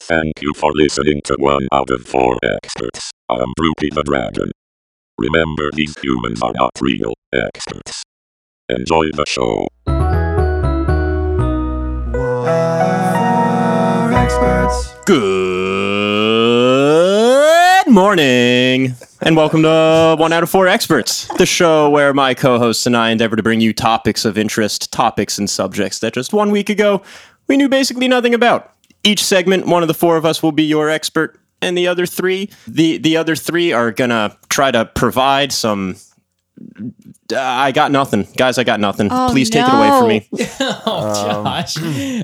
Thank you for listening to one out of four experts. I am Droopy the Dragon. Remember, these humans are not real experts. Enjoy the show. War experts. Good morning, and welcome to One Out of Four Experts, the show where my co hosts and I endeavor to bring you topics of interest, topics and subjects that just one week ago we knew basically nothing about. Each segment, one of the four of us will be your expert, and the other three, the, the other three are gonna try to provide some. Uh, I got nothing, guys. I got nothing. Oh, Please take it away no. Uh, from me. Um, Oh, Josh.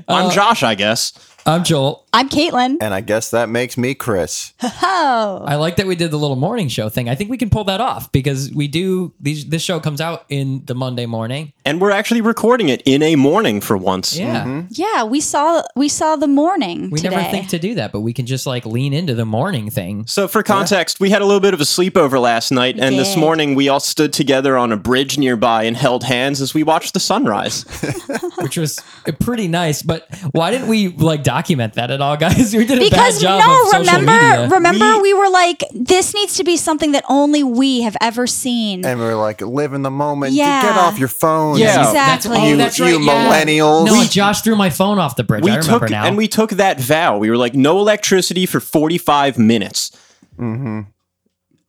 I'm Josh, I guess. I'm Joel. I'm Caitlin. And I guess that makes me Chris. Oh, I like that we did the little morning show thing. I think we can pull that off because we do these. This show comes out in the Monday morning. And we're actually recording it in a morning for once. Yeah, Mm-hmm. yeah. We saw we saw the morning we today. never think to do that, but we can just like lean into the morning thing. So, for context, we had a little bit of a sleepover last night, and this did. morning we all stood together on a bridge nearby and held hands as we watched the sunrise. which was pretty nice. But why didn't we like document that at all, guys? We did a because bad job no, of social media. remember, remember, we, We- were like, this needs to be something that only we have ever seen. And we're like, live in the moment. You Yeah. get off your phone. Yeah. You- that's, exactly. oh, that's you right, yeah. millennials. No, We- Josh threw my phone off the bridge. I We remember took now. and we took that vow. We were like, no electricity for forty-five minutes, Mhm.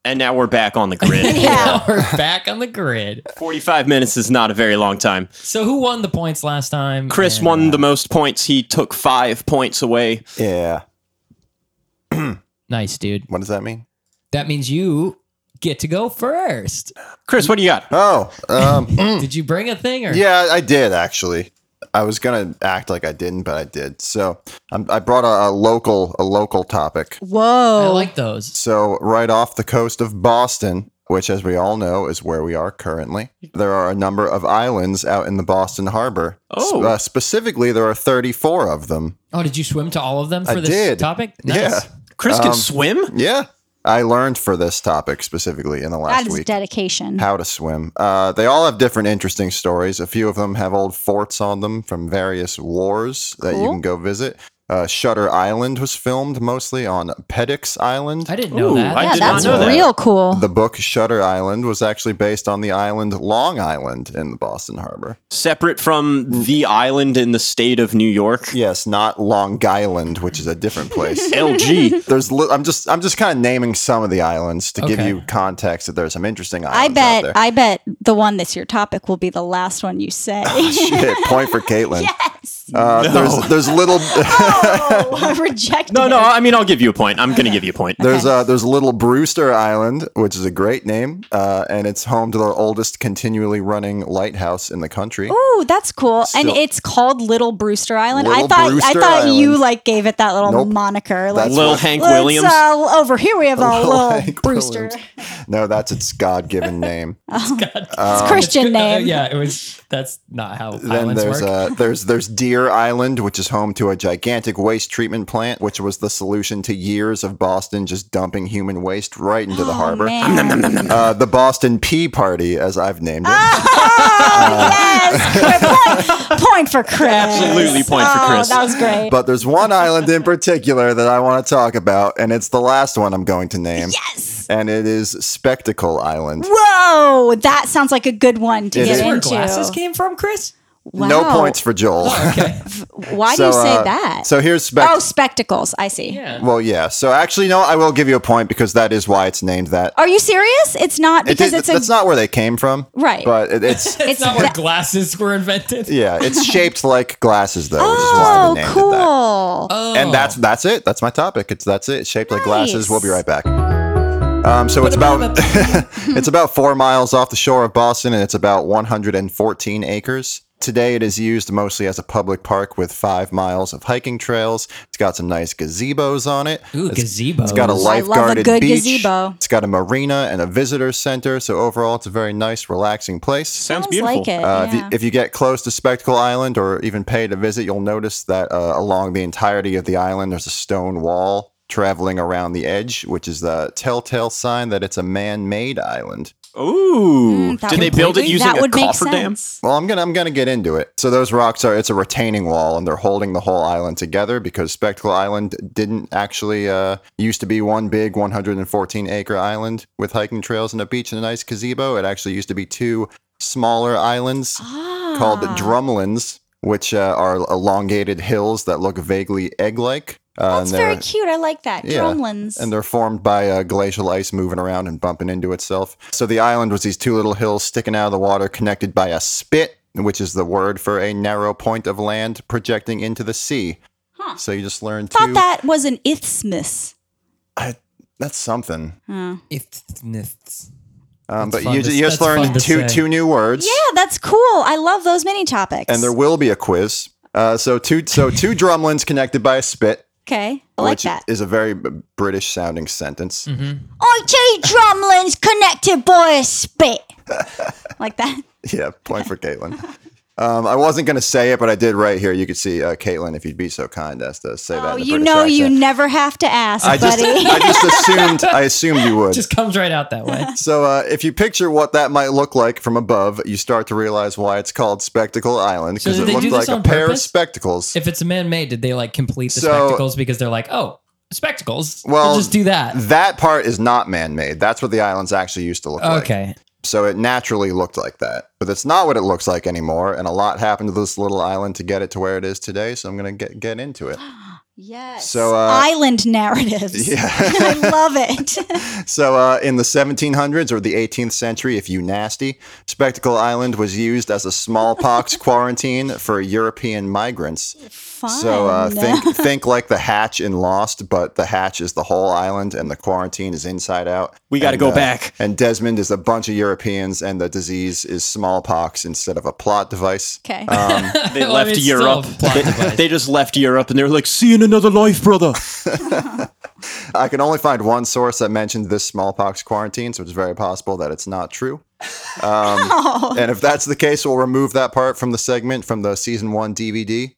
and now we're back on the grid. yeah. we're back on the grid. forty-five minutes is not a very long time. So who won the points last time? Chris And, won uh, the most points. He took five points away. Yeah. nice, dude. What does that mean? That means you get to go first. Chris, what do you got? Oh, um, Did you bring a thing or? yeah, I did actually. I was gonna act like I didn't, but I did. So I'm, I brought a, a local, a local topic. Whoa. I like those. So right off the coast of Boston, which, as we all know, is where we are currently, there are a number of islands out in the Boston Harbor. S- Oh. uh, specifically, there are 34 of them. Oh, did you swim to all of them I for this did. topic? Nice. Yeah. Chris can um, swim. Yeah. I learned for this topic specifically in the last that is week dedication. how to swim. Uh, they all have different interesting stories. A few of them have old forts on them from various wars that you Cool. can go visit. Uh, Shutter Island was filmed mostly on Pedix Island. I didn't know Ooh, that. I yeah, did not that's know that. real cool. The book Shutter Island was actually based on the island Long Island in the Boston Harbor. Separate from the island in the state of New York. Yes, not Long Island, which is a different place. LG. There's li- I'm just I'm just kind of naming some of the islands to give Okay. you context that there's some interesting islands. I out there. bet. I bet the one that's your topic will be the last one you say. Oh, Shit, point for Caitlin. yes. Uh, There's there's little Oh, I rejected. No, no. it. I mean, I'll give you a point. I'm gonna give you a point. there's uh, there's little Brewster Island, which is a great name, uh, and it's home to the oldest continually running lighthouse in the country. Ooh, that's cool. and Still- it's called Little Brewster Island. I Little thought Brewster I thought you Island. like gave it that little Nope. moniker. Like That's Lil what- Hank "Let's, Williams. uh, over here we have a Lil little Hank Brewster. Williams. No, that's its God-given name. Um, It's Christian name. yeah, it was. That's not how then islands there's work. uh, there's there's Deer Island, which is home to a gigantic waste treatment plant, which was the solution to years of Boston just dumping human waste right into the Oh, harbor. man. Uh, the Boston Pea Party, as I've named it. Ah! Oh, Uh, yes. Good Point, point for Chris. Absolutely point for Oh, Chris. That was great. But there's one island in particular that I want to talk about, and it's the last one I'm going to name. yes. And it is Spectacle Island. Whoa, that sounds like a good one to It get is. where into. glasses came from, Chris. Wow. No points for Joel. Okay. Why do you So, say uh, that? So here's Spectacle. oh, spectacles. I see. yeah. well, yeah. So actually, no, I will give you a point because that is why it's named that. Are you serious? It's not Oh, It because is- it's a that's not where they came from. Right. But it, it's. It's, It's not where that- glasses were invented. Yeah, it's shaped like glasses though, which is why Oh, they named it that. cool. Oh, And that's that's it. That's my topic. It's that's it. Shaped like glasses. Nice. We'll be right back. Um, so it's about it's about four miles off the shore of Boston, and it's about 114 acres. Today, it is used mostly as a public park with five miles of hiking trails. It's got some nice gazebos on it. ooh, It's- gazebo. It's got a I lifeguarded love a good beach. gazebo. It's got a marina and a visitor center. So overall, it's a very nice, relaxing place. Sounds Sounds beautiful. like it. Uh, if, yeah. you, if you get close to Spectacle Island or even pay to visit, you'll notice that uh, along the entirety of the island, there's a stone wall traveling around the edge, which is the telltale sign that it's a man made island. Ooh. Mm, that Did they would- build it using that a would make coffer dam? sense. Well, I'm gonna I'm gonna get into it. So those rocks are it's a retaining wall, and they're holding the whole island together because Spectacle Island didn't actually uh, used to be one big 114 acre island with hiking trails and a beach and a nice gazebo. It actually used to be two smaller islands called Ah. drumlins, which uh, are elongated hills that look vaguely egg-like. Uh, That's and they're- very cute. I like that. Yeah, Drumlins. and they're formed by uh, glacial ice moving around and bumping into itself. So the island was these two little hills sticking out of the water, connected by a spit, which is the word for a narrow point of land projecting into the sea. Huh. So you just learned Thought two. that was an isthmus. I- that's something. Oh. Ifniths. Um, but That's fun you, to- you just that's fun learned to two say. two new words. Yeah, that's cool. I love those mini topics. And there will be a quiz. Uh, so two so two drumlins connected by a spit, okay, I like which that. is a very British sounding sentence. Mm-hmm. Oh, two drumlins connected by a spit. like that. Yeah, point for Caitlin. Um, I wasn't going to say it, but I did right here. You could see uh, Caitlin, if you'd be so kind as to say that. Oh, in a you British know you accent. never have to ask, I just, buddy. I just assumed. I assumed you would. Just comes right out that way. so, uh, if you picture what that might look like from above, you start to realize why it's called Spectacle Island So because did it they looked do this like a on pair of purpose? spectacles. If it's man-made, did they like complete the So- spectacles because they're like, oh, spectacles? Well, we'll just do that. that part is not man-made. That's what the islands actually used to look like. Oh, okay, So it naturally looked like that. But that's not what it looks like anymore. And a lot happened to this little island to get it to where it is today. So I'm going to get get into it. yes. So, uh, island narratives. Yeah. I love it. So, uh, in the 1700s or the 18th century, if you nasty, Spectacle Island was used as a smallpox quarantine for European migrants. Fun. So, uh, think think like the Hatch in Lost, but the Hatch is the whole island, and the quarantine is inside out. We gotta And, uh, go back. And Desmond is a bunch of Europeans, and the disease is smallpox instead of a plot device. Um, okay. They Well, I left mean, Oh, it's still Europe. a plot They, device. they just left Europe and they were like, see you in another life, brother. I can only find one source that mentioned this smallpox quarantine, so it's very possible that it's not true. Um, And if that's the case, we'll remove that part from the segment from the season one DVD.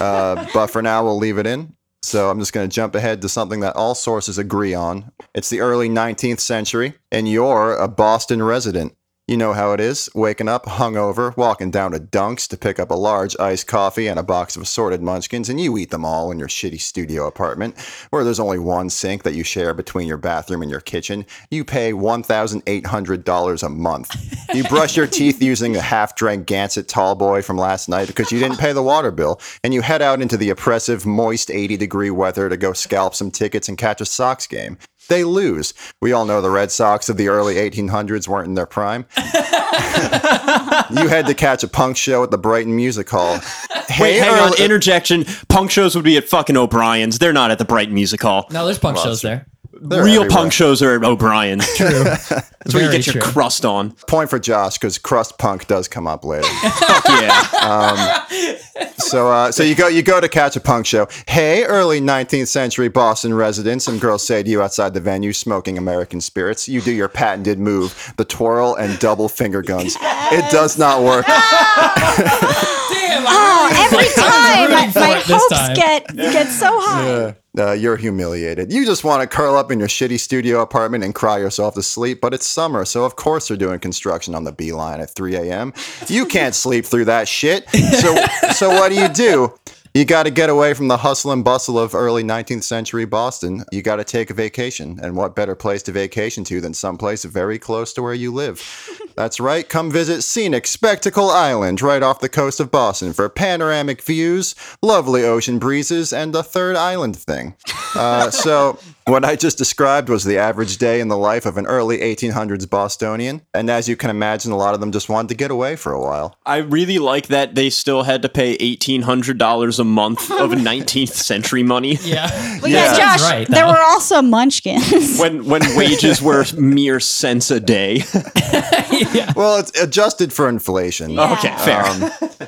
Uh, but for now, we'll leave it in. So I'm just going to jump ahead to something that all sources agree on. It's the early 19th century, and you're a Boston resident. You know how it is waking up hungover, walking down to Dunk's to pick up a large iced coffee and a box of assorted munchkins, and you eat them all in your shitty studio apartment where there's only one sink that you share between your bathroom and your kitchen. You pay $1,800 a month. You brush your teeth using a half drank Gansett tall boy from last night because you didn't pay the water bill, and you head out into the oppressive, moist 80 degree weather to go scalp some tickets and catch a Sox game. They lose. We all know the Red Sox of the early 1800s weren't in their prime. you had to catch a punk show at the Brighton Music Hall. Wait, Hey, hang on. early- Interjection. Punk shows would be at fucking O'Brien's. They're not at the Brighton Music Hall. no, there's punk shows there. They're Real everywhere. punk shows are at O'Brien's. That's True. where you Very get your true. crust on. Point for Josh because crust punk does come up later. Fuck yeah. so, uh, so you go, you go to catch a punk show. Hey, early 19th century Boston resident, some girls say to you outside the venue, smoking American spirits. You do your patented move, the twirl and double finger guns. It does not work. Damn, Oh, Ah, every time rooting my, for my it this hopes time. get get so high. Uh, you're humiliated. You just want to curl up in your shitty studio apartment and cry yourself to sleep, but it's summer, so of course they're doing construction on the B line at 3 a.m. You can't sleep through that shit. So, so what do you do? You got to get away from the hustle and bustle of early 19th century Boston. You got to take a vacation. And what better place to vacation to than someplace very close to where you live? That's right. Come visit scenic Spectacle Island right off the coast of Boston for panoramic views, lovely ocean breezes, and a third island thing. Uh, so, what I just described was the average day in the life of an early 1800s Bostonian. And as you can imagine, a lot of them just wanted to get away for a while. I really like that they still had to pay $1,800 a month of 19th century money. Yeah. Well, yeah, Yeah. Josh, Sounds right, there though. were also munchkins. When, when wages were mere cents a day. Well, it's adjusted for inflation. Okay, fair.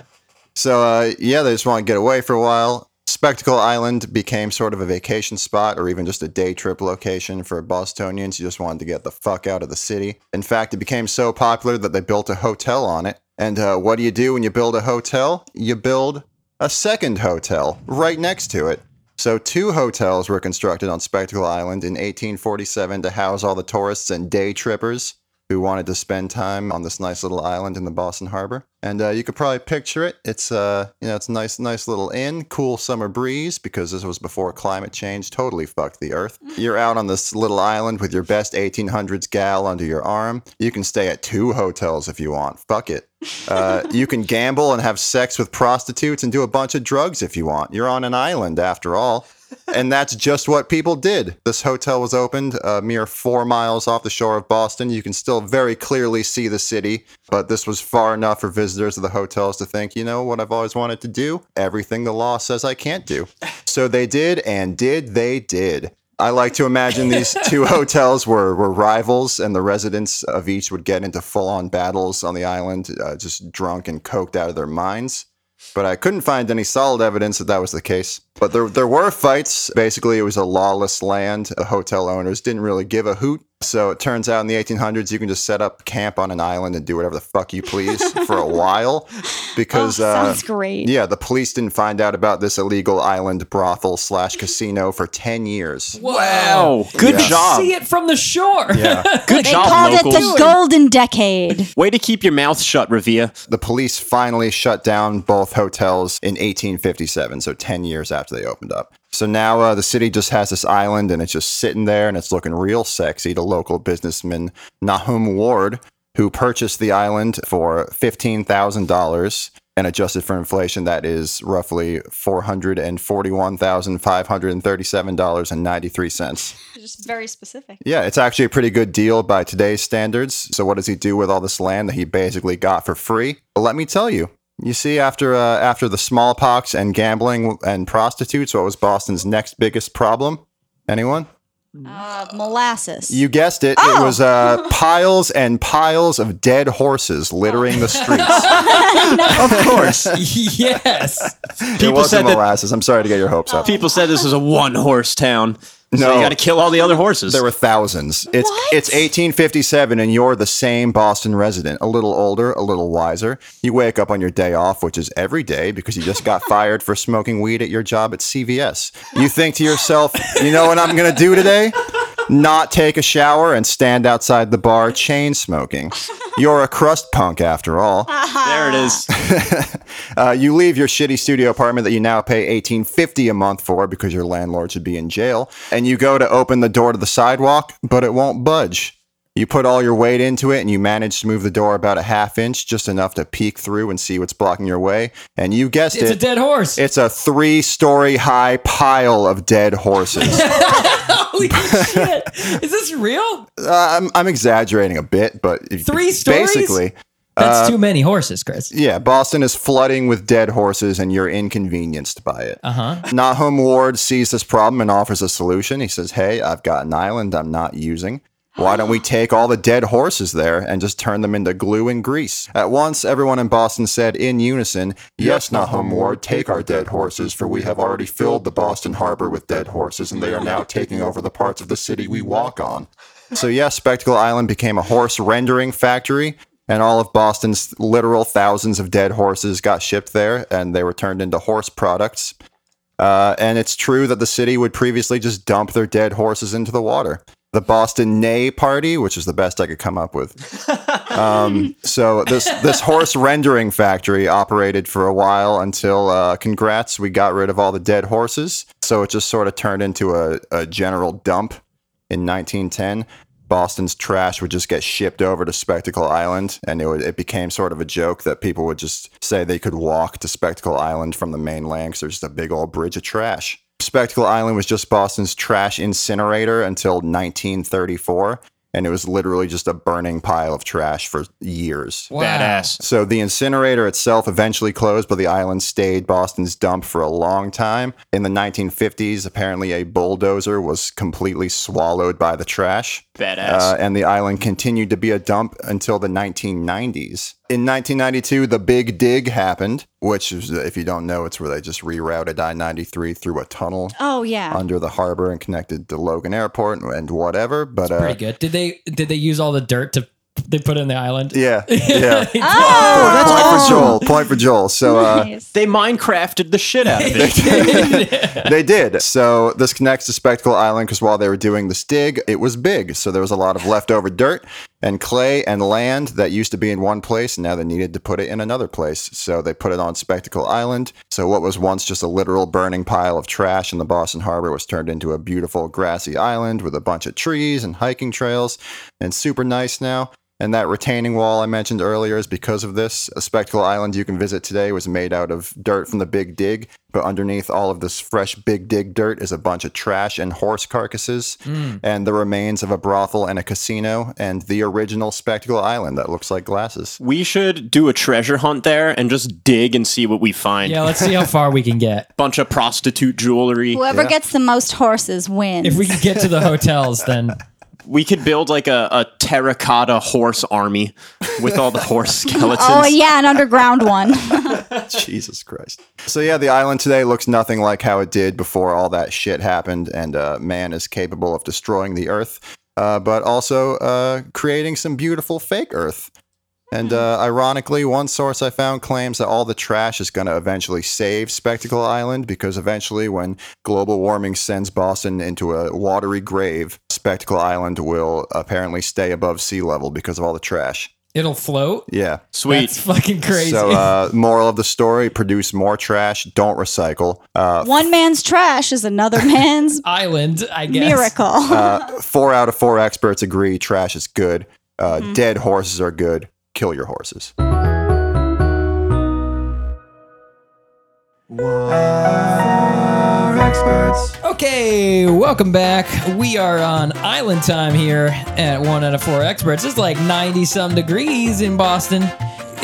So uh, yeah, they just want to get away for a while. Spectacle Island became sort of a vacation spot or even just a day trip location for Bostonians who just wanted to get the fuck out of the city. In fact, it became so popular that they built a hotel on it. And uh, what do you do when you build a hotel? You build a second hotel right next to it. So, two hotels were constructed on Spectacle Island in 1847 to house all the tourists and day trippers. who wanted to spend time on this nice little island in the Boston Harbor. And uh, you could probably picture it. It's uh, you know, it's a nice, nice little inn, cool summer breeze because this was before climate change totally fucked the earth. You're out on this little island with your best 1800s gal under your arm. You can stay at two hotels if you want. Fuck it. Uh, you can gamble and have sex with prostitutes and do a bunch of drugs if you want. You're on an island after all. And that's just what people did. This hotel was opened a mere four miles off the shore of Boston. You can still very clearly see the city, but this was far enough for visitors of the hotels to think, you know, what I've always wanted to do? Everything the law says I can't do. So they did, and did they did. I like to imagine these two hotels were, were rivals, and the residents of each would get into full on battles on the island, uh, just drunk and coked out of their minds but I couldn't find any solid evidence that that was the case. But there, there were fights. Basically, it was a lawless land. The hotel owners didn't really give a hoot. So it turns out in the 1800s, you can just set up camp on an island and do whatever the fuck you please for a while, because Oh, uh, sounds great. yeah, the police didn't find out about this illegal island brothel slash casino for 10 years. Wow. Good Yeah. job. See it from the shore. Good They job, called locals. it the golden decade. Way to keep your mouth shut, Revia. The police finally shut down both hotels in 1857, so 10 years after they opened up. So now uh, the city just has this island and it's just sitting there and it's looking real sexy to local businessman Nahum Ward, who purchased the island for $15,000. And adjusted for inflation, that is roughly four hundred and forty-one thousand five hundred and thirty-seven dollars and ninety-three cents. Just very specific. Yeah, it's actually a pretty good deal by today's standards. So, what does he do with all this land that he basically got for free? Well, let me tell you. You see, after uh, after the smallpox and gambling and prostitutes, what was Boston's next biggest problem? Anyone? Uh, molasses. You guessed it. It was uh, piles and piles of dead horses littering the streets. Of course. yes. it People said wasn't that molasses. I'm sorry to get your hopes up. people said this was a one horse town. So No. you got to kill all the other horses. There were thousands. It's What? it's 1857, and you're the same Boston resident, a little older, a little wiser. You wake up on your day off, which is every day, because you just got fired for smoking weed at your job at CVS. You think to yourself, you know what I'm gonna do today? Not take a shower and stand outside the bar chain smoking. You're a crust punk after all. there it is. Uh, you leave your shitty studio apartment that you now pay eighteen fifty a month for because your landlord should be in jail, and you go to open the door to the sidewalk, but it won't budge. You put all your weight into it, and you manage to move the door about a half inch, just enough to peek through and see what's blocking your way. And you guessed It's a it, dead horse. it's a three-story high pile of dead horses. Holy shit. Is this real? I'm, I'm exaggerating a bit, but if- Three stories? Basically, That's too many horses, Chris. yeah, Boston is flooding with dead horses, and you're inconvenienced by it. Uh huh. Nahum Ward sees this problem and offers a solution. He says, Hey, I've got an island I'm not using. Why don't we take all the dead horses there and just turn them into glue and grease? At once, everyone in Boston said in unison, Yes, Nahum Ward, take our dead horses, for we have already filled the Boston harbor with dead horses, and they are now taking over the parts of the city we walk on. So, yes, Spectacle Island became a horse rendering factory, and all of Boston's literal thousands of dead horses got shipped there, and they were turned into horse products. Uh, and it's true that the city would previously just dump their dead horses into the water. The Boston Nay Party, which is the best I could come up with. Um, so this this horse rendering factory operated for a while until, uh, congrats, we got rid of all the dead horses. So it just sort of turned into a, a general dump in 1910. Boston's trash would just get shipped over to Spectacle Island, and it, would, it became sort of a joke that people would just say they could walk to Spectacle Island from the mainland because there's just a big old bridge of trash. Spectacle Island was just Boston's trash incinerator until 1934, and it was literally just a burning pile of trash for years. Wow. Badass. So the incinerator itself eventually closed, but the island stayed Boston's dump for a long time. In the 1950s, apparently a bulldozer was completely swallowed by the trash. Badass. Uh, and the island continued to be a dump until the 1990s. In 1992, the Big Dig happened, which, is, if you don't know, it's where they just rerouted I 93 through a tunnel oh yeah. under the harbor and connected to Logan Airport and, and whatever. But uh, Pretty good. Did they did they use all the dirt to they put in the island? yeah, yeah. Oh, Point for Joel. Point for Joel. So uh, they Minecrafted the shit out of it. they did. So this connects to Spectacle Island because while they were doing this dig, it was big. So there was a lot of leftover dirt. and clay and land that used to be in one place, now they needed to put it in another place. So they put it on Spectacle Island. So what was once just a literal burning pile of trash in the Boston Harbor was turned into a beautiful grassy island with a bunch of trees and hiking trails and super nice now. And that retaining wall I mentioned earlier is because of this. A spectacle island you can visit today was made out of dirt from the Big Dig, but underneath all of this fresh Big Dig dirt is a bunch of trash and horse carcasses and the remains of a brothel and a casino and the original spectacle island that looks like glasses. We should do a treasure hunt there and just dig and see what we find. Yeah, let's see how far we can get. Bunch of prostitute jewelry. Whoever gets the most horses wins. If we can get to the hotels, then We could build like a, a terracotta horse army with all the horse skeletons. oh yeah, an underground one. Jesus Christ. So yeah, the island today looks nothing like how it did before all that shit happened, and uh, man is capable of destroying the Earth, uh, but also uh, creating some beautiful fake Earth. And uh, ironically, one source I found claims that all the trash is going to eventually save Spectacle Island because eventually, when global warming sends Boston into a watery grave, Spectacle Island will apparently stay above sea level because of all the trash. it'll float. Yeah. Sweet. That's fucking crazy. So, uh, moral of the story: produce more trash, don't recycle. Uh, one man's trash is another man's Island, I guess. miracle. uh, four out of four experts agree trash is good. Uh, Mm-hmm. Dead horses are good. Kill your horses. Okay, welcome back. We are on island time here at one out of four experts. It's like 90 some degrees in Boston.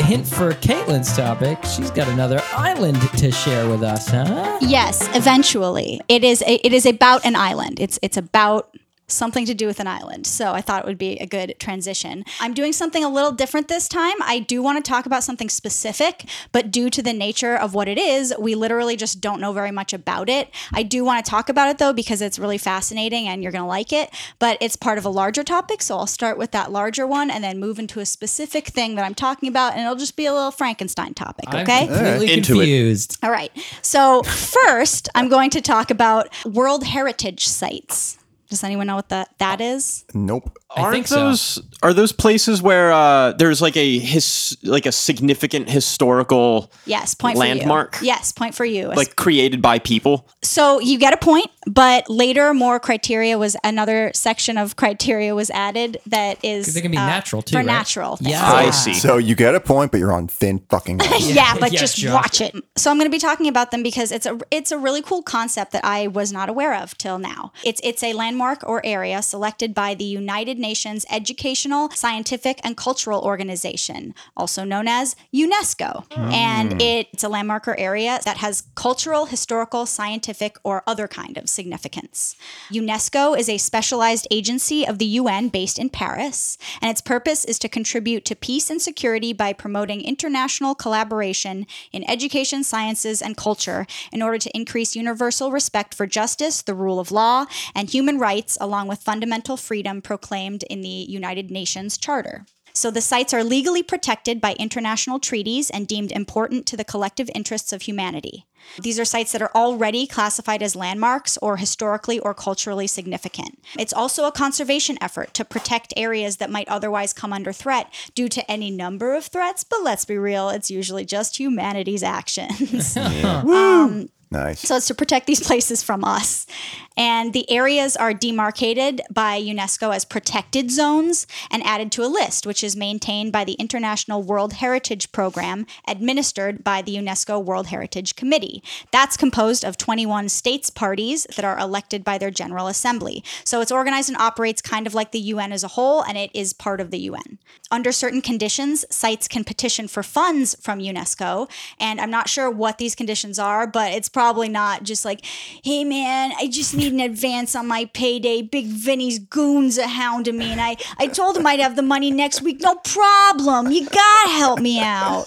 Hint for Caitlin's topic. She's got another island to share with us, huh? yes, eventually. It is a, it is about an island. It's it's about something to do with an island. So I thought it would be a good transition. I'm doing something a little different this time. I do want to talk about something specific, but due to the nature of what it is, we literally just don't know very much about it. I do want to talk about it though because it's really fascinating and you're going to like it, but it's part of a larger topic, so I'll start with that larger one and then move into a specific thing that I'm talking about and it'll just be a little Frankenstein topic, okay? I'm completely Into it. confused. All right. So, first, I'm going to talk about World Heritage Sites. Does anyone know what that, that is? Nope. Aren't think so. those are those places where uh, there's like a his like a significant historical Yes, point Landmark? for you. Yes, point for you. like created by people? so you get a point, but later more criteria was another section of criteria was added that is uh, They can be natural, too, For right? natural. things. Yeah. I Ah. see. So you get a point, but you're on thin fucking ice. yeah, but Yeah, just sure. watch it. So I'm going to be talking about them because it's a it's a really cool concept that I was not aware of till now. It's it's a landmark or area selected by the United Nations Educational, Scientific, and Cultural Organization, also known as UNESCO, and it, it's a landmark or area that has cultural, historical, scientific, or other kind of significance. UNESCO is a specialized agency of the UN based in Paris, and its purpose is to contribute to peace and security by promoting international collaboration in education, sciences, and culture in order to increase universal respect for justice, the rule of law, and human rights, along with fundamental freedom proclaimed in the United Nations Charter. So the sites are legally protected by international treaties and deemed important to the collective interests of humanity. These are sites that are already classified as landmarks or historically or culturally significant. It's also a conservation effort to protect areas that might otherwise come under threat due to any number of threats, but let's be real, it's usually just humanity's actions. Nice. So it's to protect these places from us. And the areas are demarcated by UNESCO as protected zones and added to a list, which is maintained by the International World Heritage Program, administered by the UNESCO World Heritage Committee. That's composed of 21 states parties that are elected by their General Assembly. So it's organized and operates kind of like the UN as a whole, and it is part of the UN. Under certain conditions, sites can petition for funds from UNESCO. And I'm not sure what these conditions are, but it's probably not just like, hey man, I just need an advance on my payday. Big Vinny's goons are hounding me. And I, I told him I'd have the money next week. No problem. You gotta help me out.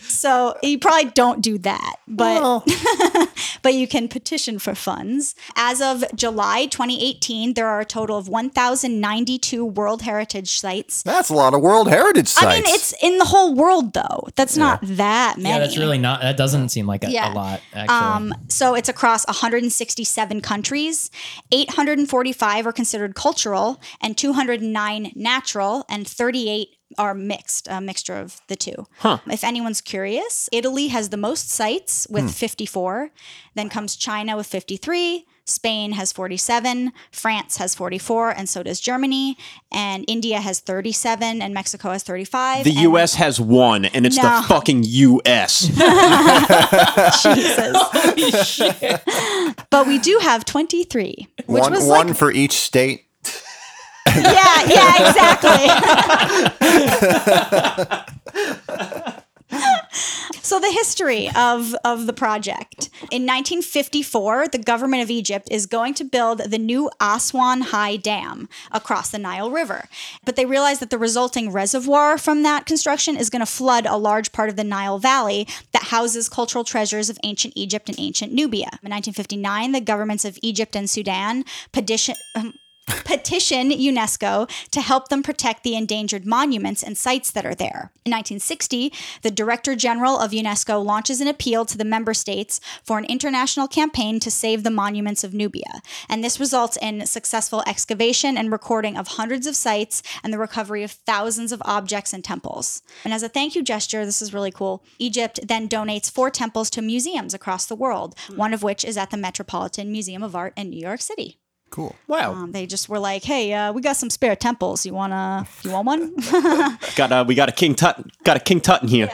so you probably don't do that. But but you can petition for funds. As of July 2018, there are a total of 1,092 World Heritage sites. That's a lot of World Heritage sites. I mean, it's in the whole world, though. That's not that many. Yeah, that's really not. That doesn't seem like a, Yeah. a lot, actually. Um, so it's across 167 countries countries. 845 are considered cultural, and 209 natural, and 38 are mixed, a mixture of the two. If anyone's curious, Italy has the most sites with Hmm. 54, then comes China with 53, Spain has 47, France has 44, and so does Germany, and India has 37, and Mexico has 35. The and- U.S. has one, and it's the No. fucking U.S. But we do have 23, which one was one like, for each state. yeah, yeah, exactly. so the history of, of the project. In 1954, the government of Egypt is going to build the new Aswan High Dam across the Nile River. But they realize that the resulting reservoir from that construction is going to flood a large part of the Nile Valley that houses cultural treasures of ancient Egypt and ancient Nubia. In 1959, the governments of Egypt and Sudan petition petition UNESCO to help them protect the endangered monuments and sites that are there. In 1960, the Director General of UNESCO launches an appeal to the member states for an international campaign to save the monuments of Nubia. And this results in successful excavation and recording of hundreds of sites and the recovery of thousands of objects and temples. And as a thank you gesture, this is really cool. Egypt then donates four temples to museums across the world, one of which is at the Metropolitan Museum of Art in New York City. Cool. Wow, Um, they just were like, "Hey, uh, we got some spare temples. You wanna? You want one?" got a, we got a King Tut, got a King Tut in here.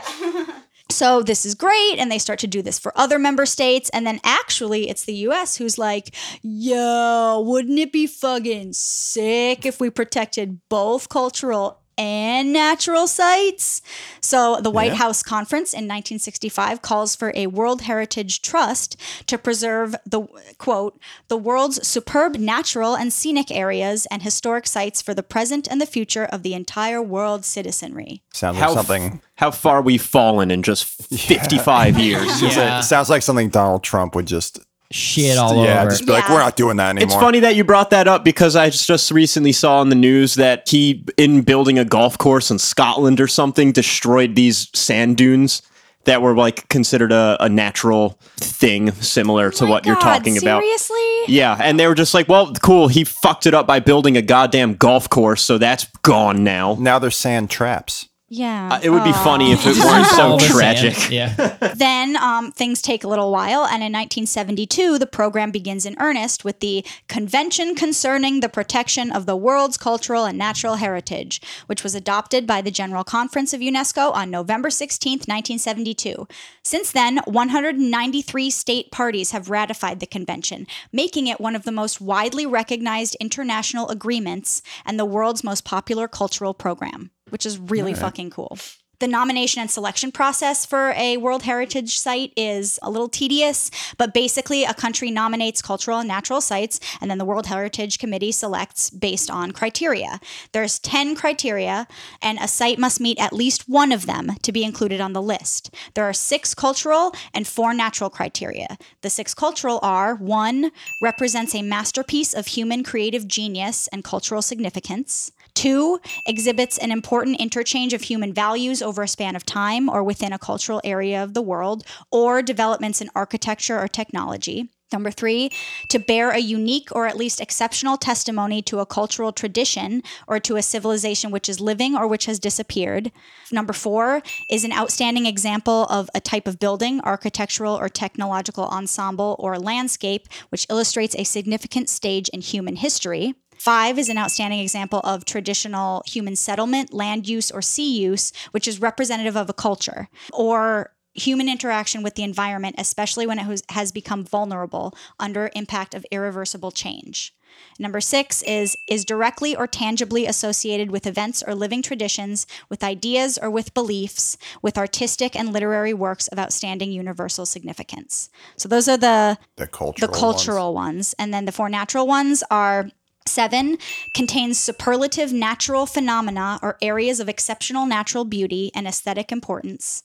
so this is great, and they start to do this for other member states, and then actually, it's the U.S. who's like, "Yo, wouldn't it be fucking sick if we protected both cultural?" And natural sites. So, the White House conference in 1965 calls for a World Heritage Trust to preserve the quote, the world's superb natural and scenic areas and historic sites for the present and the future of the entire world's citizenry. Sounds like How f- something. How far we've fallen in just 55 years. Yeah. sounds like something Donald Trump would just. Shit all yeah, over. just be like, Yeah. we're not doing that anymore. It's funny that you brought that up because I just- just recently saw on the news that he, in building a golf course in Scotland or something, destroyed these sand dunes that were like considered a, a natural thing similar to Oh My what you're God, talking about. Seriously? Yeah, and they were just like, well, cool, he fucked it up by building a goddamn golf course, so that's gone now. Uh, Now there's sand traps. Yeah. It would be funny if it weren't so All the sand. tragic. Yeah. then um, things take a little while, and in 1972, the program begins in earnest with the Convention Concerning the Protection of the World's Cultural and Natural Heritage, which was adopted by the General Conference of UNESCO on November 16, 1972. Since then, 193 state parties have ratified the convention, making it one of the most widely recognized international agreements and the world's most popular cultural program, which is really fucking cool. The nomination and selection process for a World Heritage site is a little tedious, but basically, a country nominates cultural and natural sites, and then the World Heritage Committee selects based on criteria. There's 10 criteria, and a site must meet at least one of them to be included on the list. There are six cultural and four natural criteria. The six cultural are one, represents a masterpiece of human creative genius and cultural significance. Two, exhibits an important interchange of human values over a span of time or within a cultural area of the world, or developments in architecture or technology. Number three, to bear a unique or at least exceptional testimony to a cultural tradition or to a civilization which is living or which has disappeared. Number four is an outstanding example of a type of building, architectural or technological ensemble or landscape which illustrates a significant stage in human history. Five is an outstanding example of traditional human settlement, land use, or sea use, which is representative of a culture, or human interaction with the environment, especially when it has- has become vulnerable under impact of irreversible change. Number six is is directly or tangibly associated with events or living traditions, with ideas or with beliefs, with artistic and literary works of outstanding universal significance. So those are the The cultural. the ones. cultural ones. and then the four natural ones are seven contains superlative natural phenomena or areas of exceptional natural beauty and aesthetic importance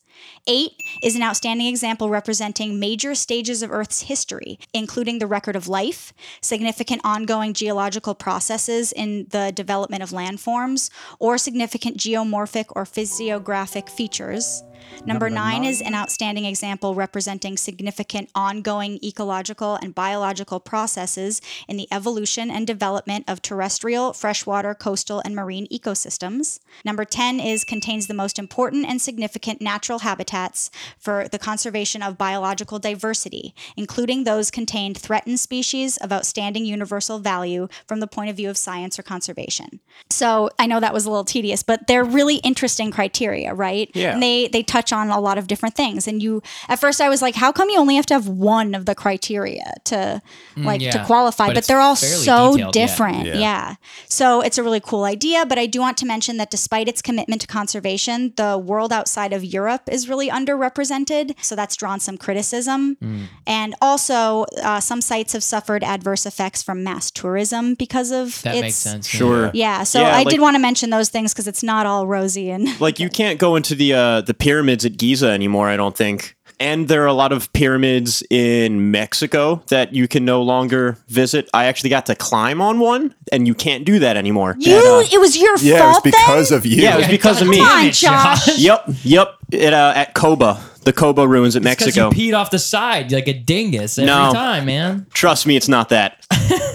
eight is an outstanding example representing major stages of earth's history including the record of life significant ongoing geological processes in the development of landforms or significant geomorphic or physiographic features Number nine is an outstanding example representing significant ongoing ecological and biological processes in the evolution and development of terrestrial, freshwater, coastal, and marine ecosystems. Number 10 is contains the most important and significant natural habitats for the conservation of biological diversity, including those contained threatened species of outstanding universal value from the point of view of science or conservation. So I know that was a little tedious, but they're really interesting criteria, right? Yeah. And they they touch on a lot of different things. And you at first I was like, how come you only have to have one of the criteria to like Mm, yeah. to qualify? But But, it's they're all fairly so detailed, yeah. different. Yeah. Yeah. So it's a really cool idea, but I do want to mention that despite its commitment to conservation, the world outside of Europe is really underrepresented. So that's drawn some criticism. Mm. And also, uh, some sites have suffered adverse effects from mass tourism because of That its, makes sense. Sure. Yeah, so Yeah, I like- did want to mention those things because it's not all rosy and Like you can't go into the uh, the pyramids at Giza anymore. I don't think. And there are a lot of pyramids in Mexico that you can no longer visit. I actually got to climb on one, and you can't do that anymore. You, it was your Yeah, it was fault then? because of you. Yeah, it was because of me. on, Damn it, Josh. Yep, yep. It, uh, at Coba, the Coba ruins at Because Mexico. you peed off the side like a dingus every No. time, man. Trust me, it's not that.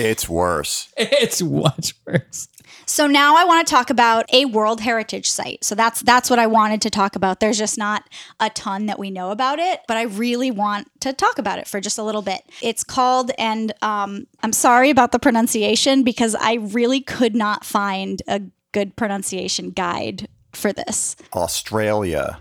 It's worse. It's much worse. So now I want to talk about a World Heritage Site. So that's that's what I wanted to talk about. There's just not a ton that we know about it, but I really want to talk about it for just a little bit. It's called, and um, I'm sorry about the pronunciation because I really could not find a good pronunciation guide for this. Australia.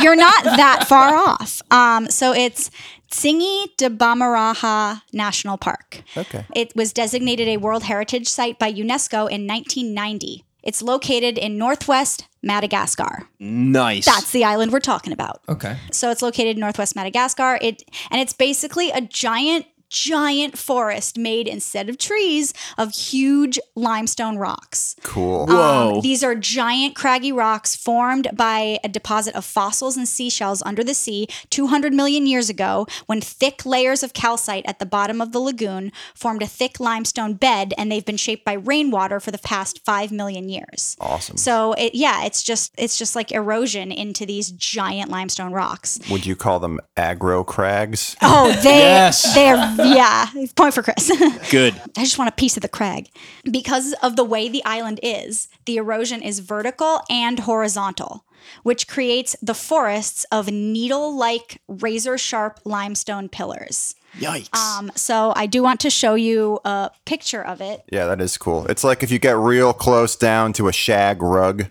You're not that far off. Um, so it's Tsingy de Bamaraha National Park. Okay. It was designated a World Heritage Site by UNESCO in 1990. It's located in northwest Madagascar. Nice. That's the island we're talking about. Okay. So it's located in northwest Madagascar. It and it's basically a giant giant forest made instead of trees of huge limestone rocks. Cool. Whoa. Um, these are giant craggy rocks formed by a deposit of fossils and seashells under the sea 200 million years ago when thick layers of calcite at the bottom of the lagoon formed a thick limestone bed and they've been shaped by rainwater for the past 5 million years. Awesome. So it, yeah, it's just it's just like erosion into these giant limestone rocks. Would you call them aggro crags? Oh, they Yes. they're yeah, point for Chris. good. I just want a piece of the crag. Because of the way the island is, the erosion is vertical and horizontal, which creates the forests of needle like, razor sharp limestone pillars. Yikes. Um, so I do want to show you a picture of it. Yeah, that is cool. It's like if you get real close down to a shag rug,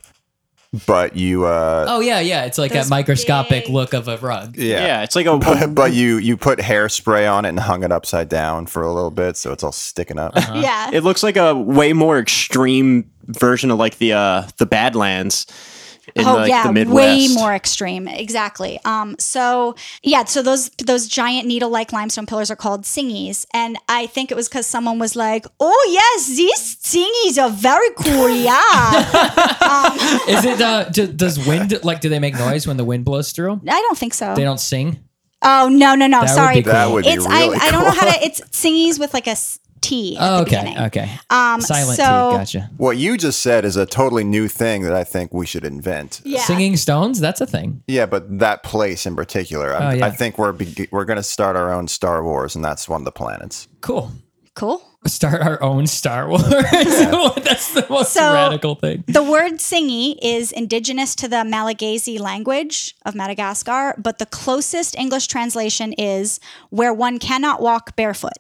but you uh Oh yeah, yeah. It's like that Those microscopic big- look of a rug. yeah. yeah. it's like a. But, but you you put hairspray on it and hung it upside down for a little bit, so it's all sticking up. Uh-huh. Yeah. it looks like a way more extreme version of like the uh the Badlands in like the Oh, way Midwest. more extreme. Exactly. Um, so yeah, so those those giant needle-like limestone pillars are called thingies, and I think it was because someone was like, "Oh yes, these thingies are very cool, yeah." Is it? Uh, do, does wind like? Do they make noise when the wind blows through? 'em? I don't think so. They don't sing. Oh no, no, no. That would sorry, be cool. That would be it's really I, I don't know cool. how to. It's thingies with like a s- T. at Oh, the okay, beginning. okay. Um, Silent so, T. Gotcha. What you just said is a totally new thing that I think we should invent. Yeah. Singing stones. That's a thing. Yeah, but that place in particular, I, Oh, yeah. I think we're be- we're gonna start our own Star Wars, and that's one of the planets. Cool. Cool. Start our own Star Wars. that's the most So- radical thing. The word singi is indigenous to the Malagasy language of Madagascar, but the closest English translation is where one cannot walk barefoot.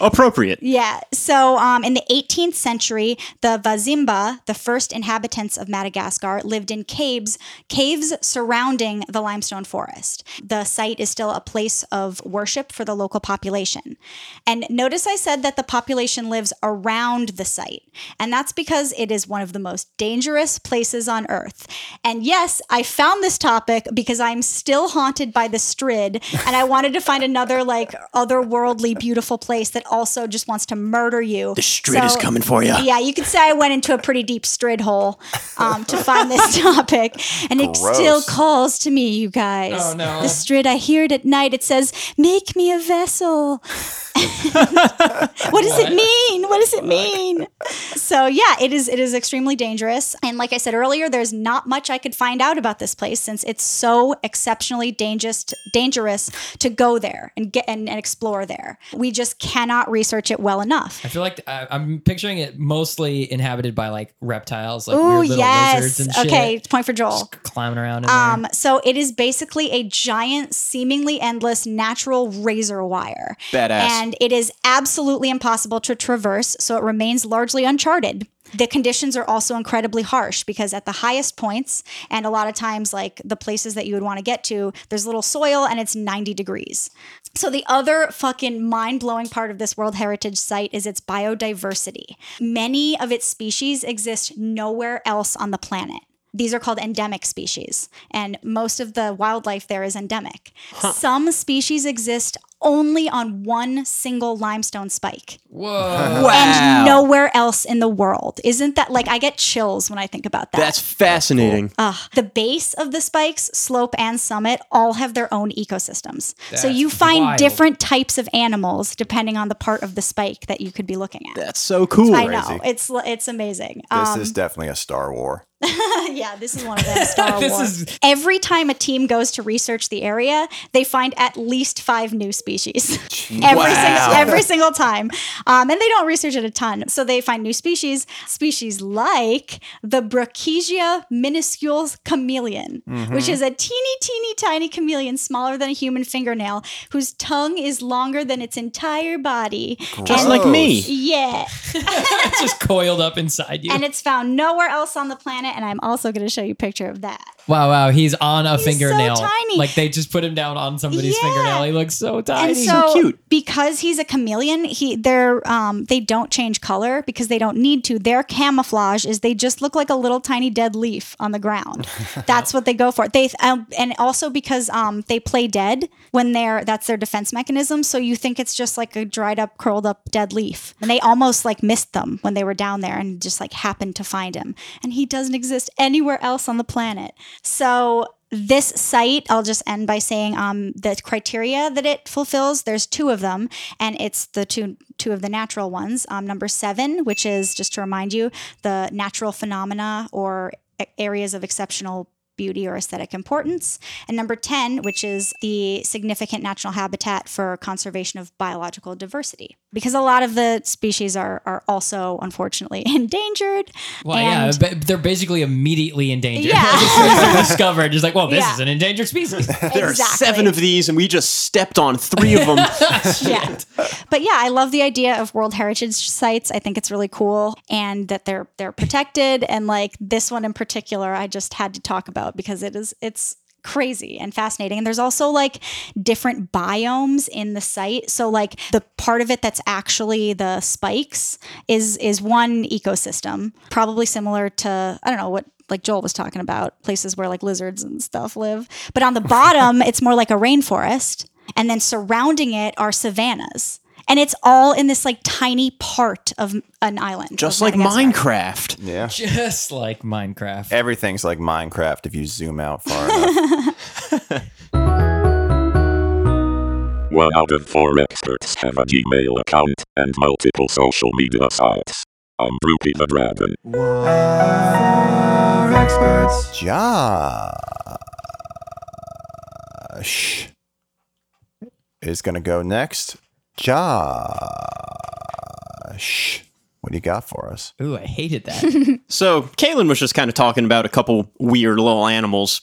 appropriate. Yeah. So um, in the 18th century, the Vazimba, the first inhabitants of Madagascar, lived in caves, caves surrounding the limestone forest. The site is still a place of worship for the local population. And notice I said that the population lives around the site, and that's because it is one of the most dangerous places on earth. And yes, I found this topic because I'm still haunted by the Strid, and I wanted to find another like otherworldly beautiful place that also just wants to murder you. The Strid is coming for ya. Yeah, you could say I went into a pretty deep Strid hole um, to find this topic, and it Gross. still calls to me, you guys. Oh, no. The Strid, I hear it at night. It says, "Make me a vessel." what does it mean? What does it mean? so yeah, it is it is extremely dangerous. And like I said earlier, there's not much I could find out about this place since it's so exceptionally dangerous dangerous to go there and get and, and explore there. We just cannot research it well enough. I feel like I, I'm picturing it mostly inhabited by like reptiles, like Oh weird little lizards yes. and shit. Okay, point for Joel. Just climbing around in Um, there. so it is basically a giant, seemingly endless natural razor wire. Badass. And it is absolutely impossible to traverse, so it remains largely uncharted. The conditions are also incredibly harsh because at the highest points, and a lot of times, like the places that you would want to get to, there's little soil and it's 90 degrees. So, the other fucking mind blowing part of this World Heritage Site is its biodiversity. Many of its species exist nowhere else on the planet these are called endemic species, and most of the wildlife there is endemic. Some species exist only on one single limestone spike Whoa. and nowhere else in the world. Isn't that like I get chills when I think about that? That's fascinating. Ugh. the base of the spikes, slope, and summit all have their own ecosystems. so That's you find wild. different types of animals depending on the part of the spike that you could be looking at. That's so cool. I know crazy. it's it's amazing. This Um, is definitely a Star War. yeah, this is one of them. Star This Wars. is- Every time a team goes to research the area, they find at least five new species. every, Wow. single, every single time. Um, and they don't research it a ton. So they find new species, species like the Brachygia minuscule chameleon, Mm-hmm. which is a teeny, teeny, tiny chameleon smaller than a human fingernail whose tongue is longer than its entire body. Just like me. Yeah. It's just coiled up inside you. And it's found nowhere else on the planet. And I'm also going to show you a picture of that. wow, wow. He's on a so fingernail. tiny. Like they just put him down on somebody's Yeah. fingernail. He looks so tiny. and so, because he's a chameleon he they're um they don't change color because they don't need to their camouflage is they just look like a little tiny dead leaf on the ground that's what they go for they um, and also because um they play dead when they're that's their defense mechanism so you think it's just like a dried up curled up dead leaf and they almost like missed them when they were down there and just like happened to find him and he doesn't exist anywhere else on the planet so this site, I'll just end by saying um, the criteria that it fulfills. There's two of them, and it's the two two of the natural ones. Um, number seven, which is just to remind you, the natural phenomena or a- areas of exceptional beauty or aesthetic importance, and number ten, which is the significant natural habitat for conservation of biological diversity, because a lot of the species are are also unfortunately endangered. Well, yeah, and- but they're basically immediately endangered. Yeah. As soon as they're discovered, just like, well, this Yeah. is an endangered species. There are Exactly. seven of these, and we just stepped on three of them. yeah. But yeah, I love the idea of World Heritage sites. I think it's really cool and that they're they're protected and like this one in particular I just had to talk about because it is it's crazy and fascinating and there's also like different biomes in the site so like the part of it that's actually the spikes is is one ecosystem probably similar to i don't know what like Joel was talking about, places where like lizards and stuff live. But on the bottom, it's more like a rainforest. And then surrounding it are savannas. And it's all in this like tiny part of an island. just of like Madagascar. Minecraft. Yeah. Just like Minecraft. Everything's like Minecraft if you zoom out far enough. One out of four experts have a Gmail account and multiple social media sites. I'm Droopy the Dragon. Josh is going to go next. Josh, what do you got for us? Ooh, I hated that. So Caitlin was just kind of talking about a couple weird little animals.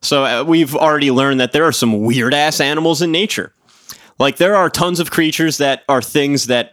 So uh, we've already learned that there are some weird ass animals in nature. Like there are tons of creatures that are things that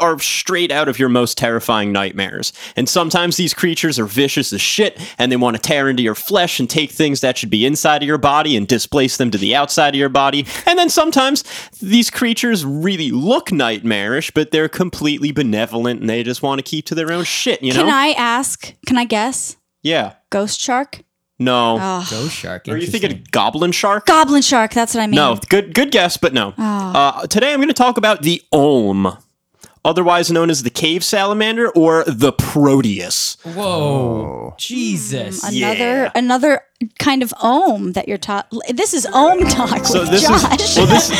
are straight out of your most terrifying nightmares. And sometimes these creatures are vicious as shit and they want to tear into your flesh and take things that should be inside of your body and displace them to the outside of your body. And then sometimes these creatures really look nightmarish, but they're completely benevolent and they just want to keep to their own shit, you know? Can I ask? Can I guess? yeah. Ghost shark? Ah, No. Oh. Go shark. Are you interesting. thinking goblin shark? Goblin shark, that's what I mean. Oh. No, good good guess, but no. Uh, today I'm going to talk about the olm. otherwise known as the cave salamander or the Proteus. Oh. Whoa. Jesus. Another Yeah. another kind of ohm that you're taught. This is ohm talk So with this Josh. is well, this,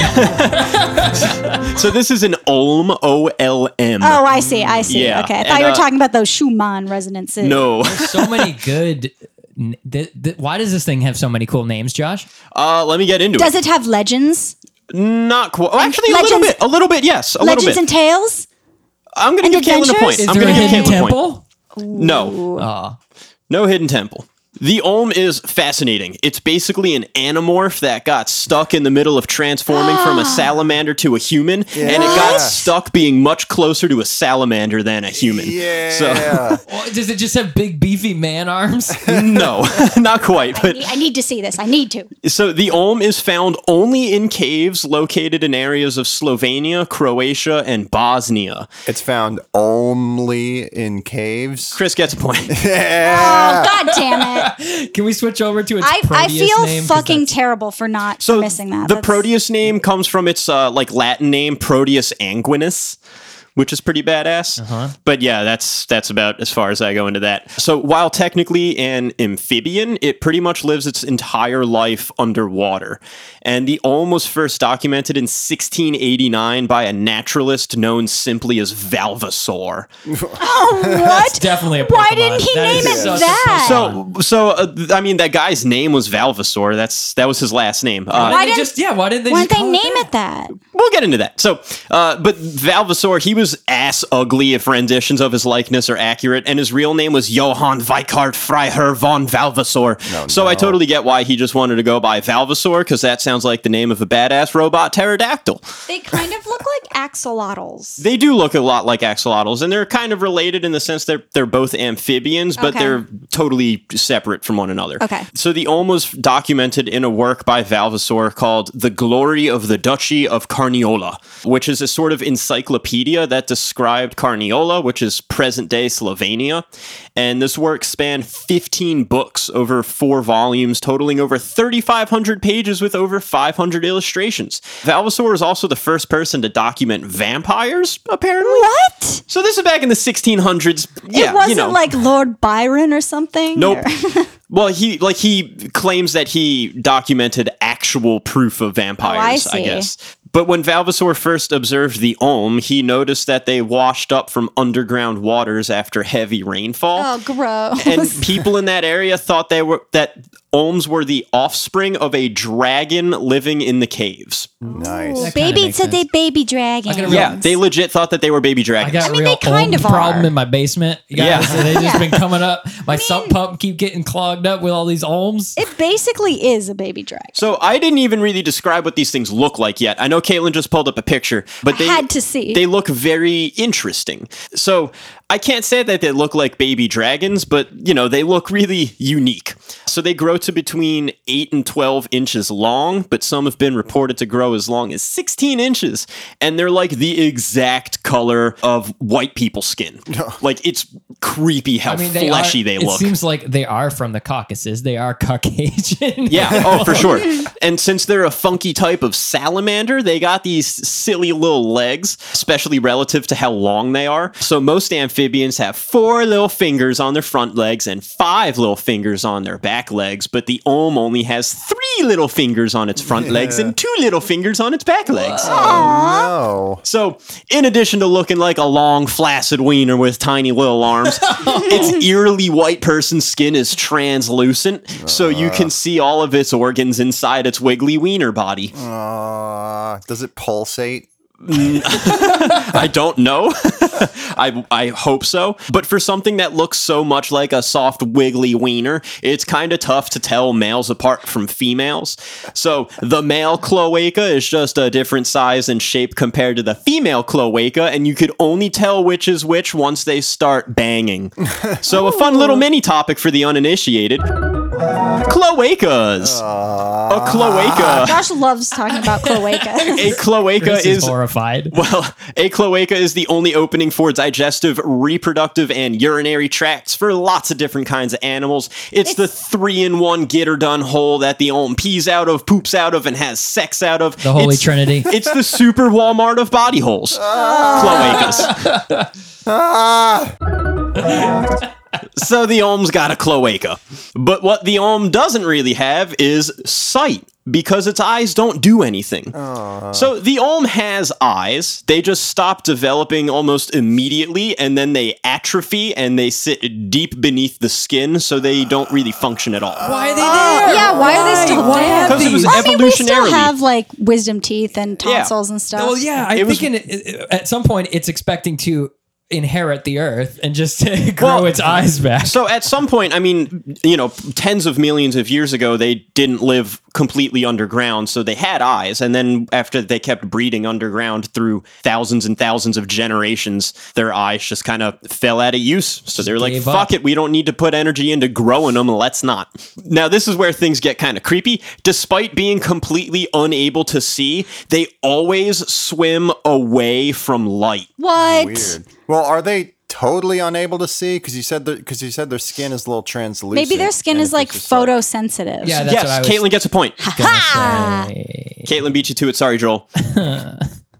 so this is an Olm O L M. oh, I see. I see. Yeah, Okay, I and, thought you were uh, talking about those Schumann resonances. No, so many good. n- Th- th- why does this thing have so many cool names, Josh? uh, let me get into Does it. it have legends? Not quite. Well, actually, a little legends- bit. A little bit. Yes, a little legends bit. and tales? I'm going and to give Caitlin a adventures? point. Is Is I'm there a gonna give hidden Caitlin a point. temple? No. Ah. Aw. No hidden temple. The Olm is fascinating. It's basically an anamorph that got stuck in the middle of transforming from a salamander to a human, and it got What? stuck being much closer to a salamander than a human. So, Yeah. Or does it just have big beefy man arms? no, not quite. I But need, I need to see this. I need to. So the Olm is found only in caves located in areas of Slovenia, Croatia, and Bosnia. it's found. Only in caves. Chris gets a point. Oh God damn it! Can we switch over to its I, I Proteus feel name? 'Cause fucking that's- terrible for not So missing that. the That's- Proteus name comes from its uh, like Latin name Proteus anguinus, which is pretty badass. But yeah, that's that's about as far as I go into that. So while technically an amphibian, it pretty much lives its entire life underwater. And the Olm was first documented in 1689 by a naturalist known simply as Valvasaur. Oh It's what? definitely a Pokemon. Why didn't he That is name it such a that? Pokemon. So, so uh, th- I mean, that guy's name was Valvasaur. That's that was his last name. Uh, why Why didn't they didn't- just yeah? Why didn't they? Why just didn't they call name that? it that? we'll get into that. So, uh, but Valvasaur, he was ass ugly if renditions of his likeness are accurate, and his real name was Johann Weikart Freiherr von Valvasaur. so I totally get why he just wanted to go by Valvasaur because that sounds like the name of a badass robot pterodactyl. They kind of look like axolotls. They do look a lot like axolotls, and they're kind of related in the sense they're they're both amphibians, but Okay. they're totally separate from one another. Okay. So the Olm was documented in a work by Valvassor called "The Glory of the Duchy of Carniola," which is a sort of encyclopedia that described Carniola, which is present-day Slovenia. And this work spanned 15 books over four volumes, totaling over 3,500 pages with over 500 illustrations. Valvassor is also the first person to document vampires, apparently. What? So this is back in the 1600s. Yeah, it wasn't you know. like Lord Byron or something. Nope. Or- well, he like he claims that he documented actual proof of vampires, I, Oh, see. guess. But when Valvasaur first observed the Olm, he noticed that they washed up from underground waters after heavy rainfall. Oh, gross. and people in that area thought they were that Olms were the offspring of a dragon living in the caves. Nice. kinda baby makes said they baby dragon. gotta Yeah, they legit thought that they were baby I dragons. got I mean, a real they kind old of are. problem in my basement. Yeah. yeah, they just been coming up. My sump pump keep getting clogged up with all these olms. it basically is a baby dragon. So I didn't even really describe what these things look like yet. I know Caitlin just pulled up a picture, but they had to see. They look very interesting. So I can't say that they look like baby dragons, but you know they look really unique. So they grow to between eight and twelve inches long, but some have been reported to grow as long as sixteen inches, and they're like the exact color of white people's skin. like it's creepy how I mean, they fleshy are, they It look. seems like they are from the Caucasus. They are Caucasian. Yeah, oh, for sure. And since they're a funky type of salamander, they got these silly little legs, especially relative to how long they are. So most amphibians have four little fingers on their front legs and five little fingers on their back legs, but the Olm only has three little fingers on its front legs and two little fingers on its back legs. Oh, No. So, in addition to looking like a long, flaccid wiener with tiny little arms, its eerily white person's skin is translucent, so you can see all of its organs inside its wiggly wiener body. Uh, does it pulsate? I don't know. I, I hope so. But for something that looks so much like a soft, wiggly wiener, it's kind of tough to tell males apart from females. So the male cloaca is just a different size and shape compared to the female cloaca, and you could only tell which is which once they start banging. So a fun little mini topic for the uninitiated. Cloacas. a cloaca. Josh loves talking about cloaca. A cloaca Chris is, is horrified. Well, a cloaca is the only opening for digestive, reproductive, and urinary tracts for lots of different kinds of animals. It's, the three in one get or done hole that the old pees out of, poops out of, and has sex out of. The Holy It's- Trinity. It's the super Walmart of body holes. Cloacas. So the Om's got a cloaca. But what the Om doesn't really have is sight because its eyes don't do anything. So the Om has eyes. They just stop developing almost immediately and then they atrophy and they sit deep beneath the skin so they don't really function at all. Why are they there? Ah, yeah, why are they still Why there? have Because it was these? I mean, we still evolutionarily. have like wisdom teeth and tonsils and stuff. Well, yeah, I It was- think in, it- at some point it's expecting to inherit the earth and just grow Well, its eyes back. So at some point, I mean, you know, tens of millions of years ago, they didn't live completely underground, so they had eyes. And then after they kept breeding underground through thousands and thousands of generations, their eyes just kind of fell out of use. So they're like, gave fuck up. it, we don't need to put energy into growing them. Let's not. Now, this is where things get kind of creepy. Despite being completely unable to see, they always swim away from light. what? Weird. Well, are they totally unable to see? Because you said because you said their skin is a little translucent. Maybe their skin and is if like it's just, like- photosensitive. yeah, that's what I yes, was Caitlin gets a point. gonna say. Caitlin beat you to it. Sorry, Joel.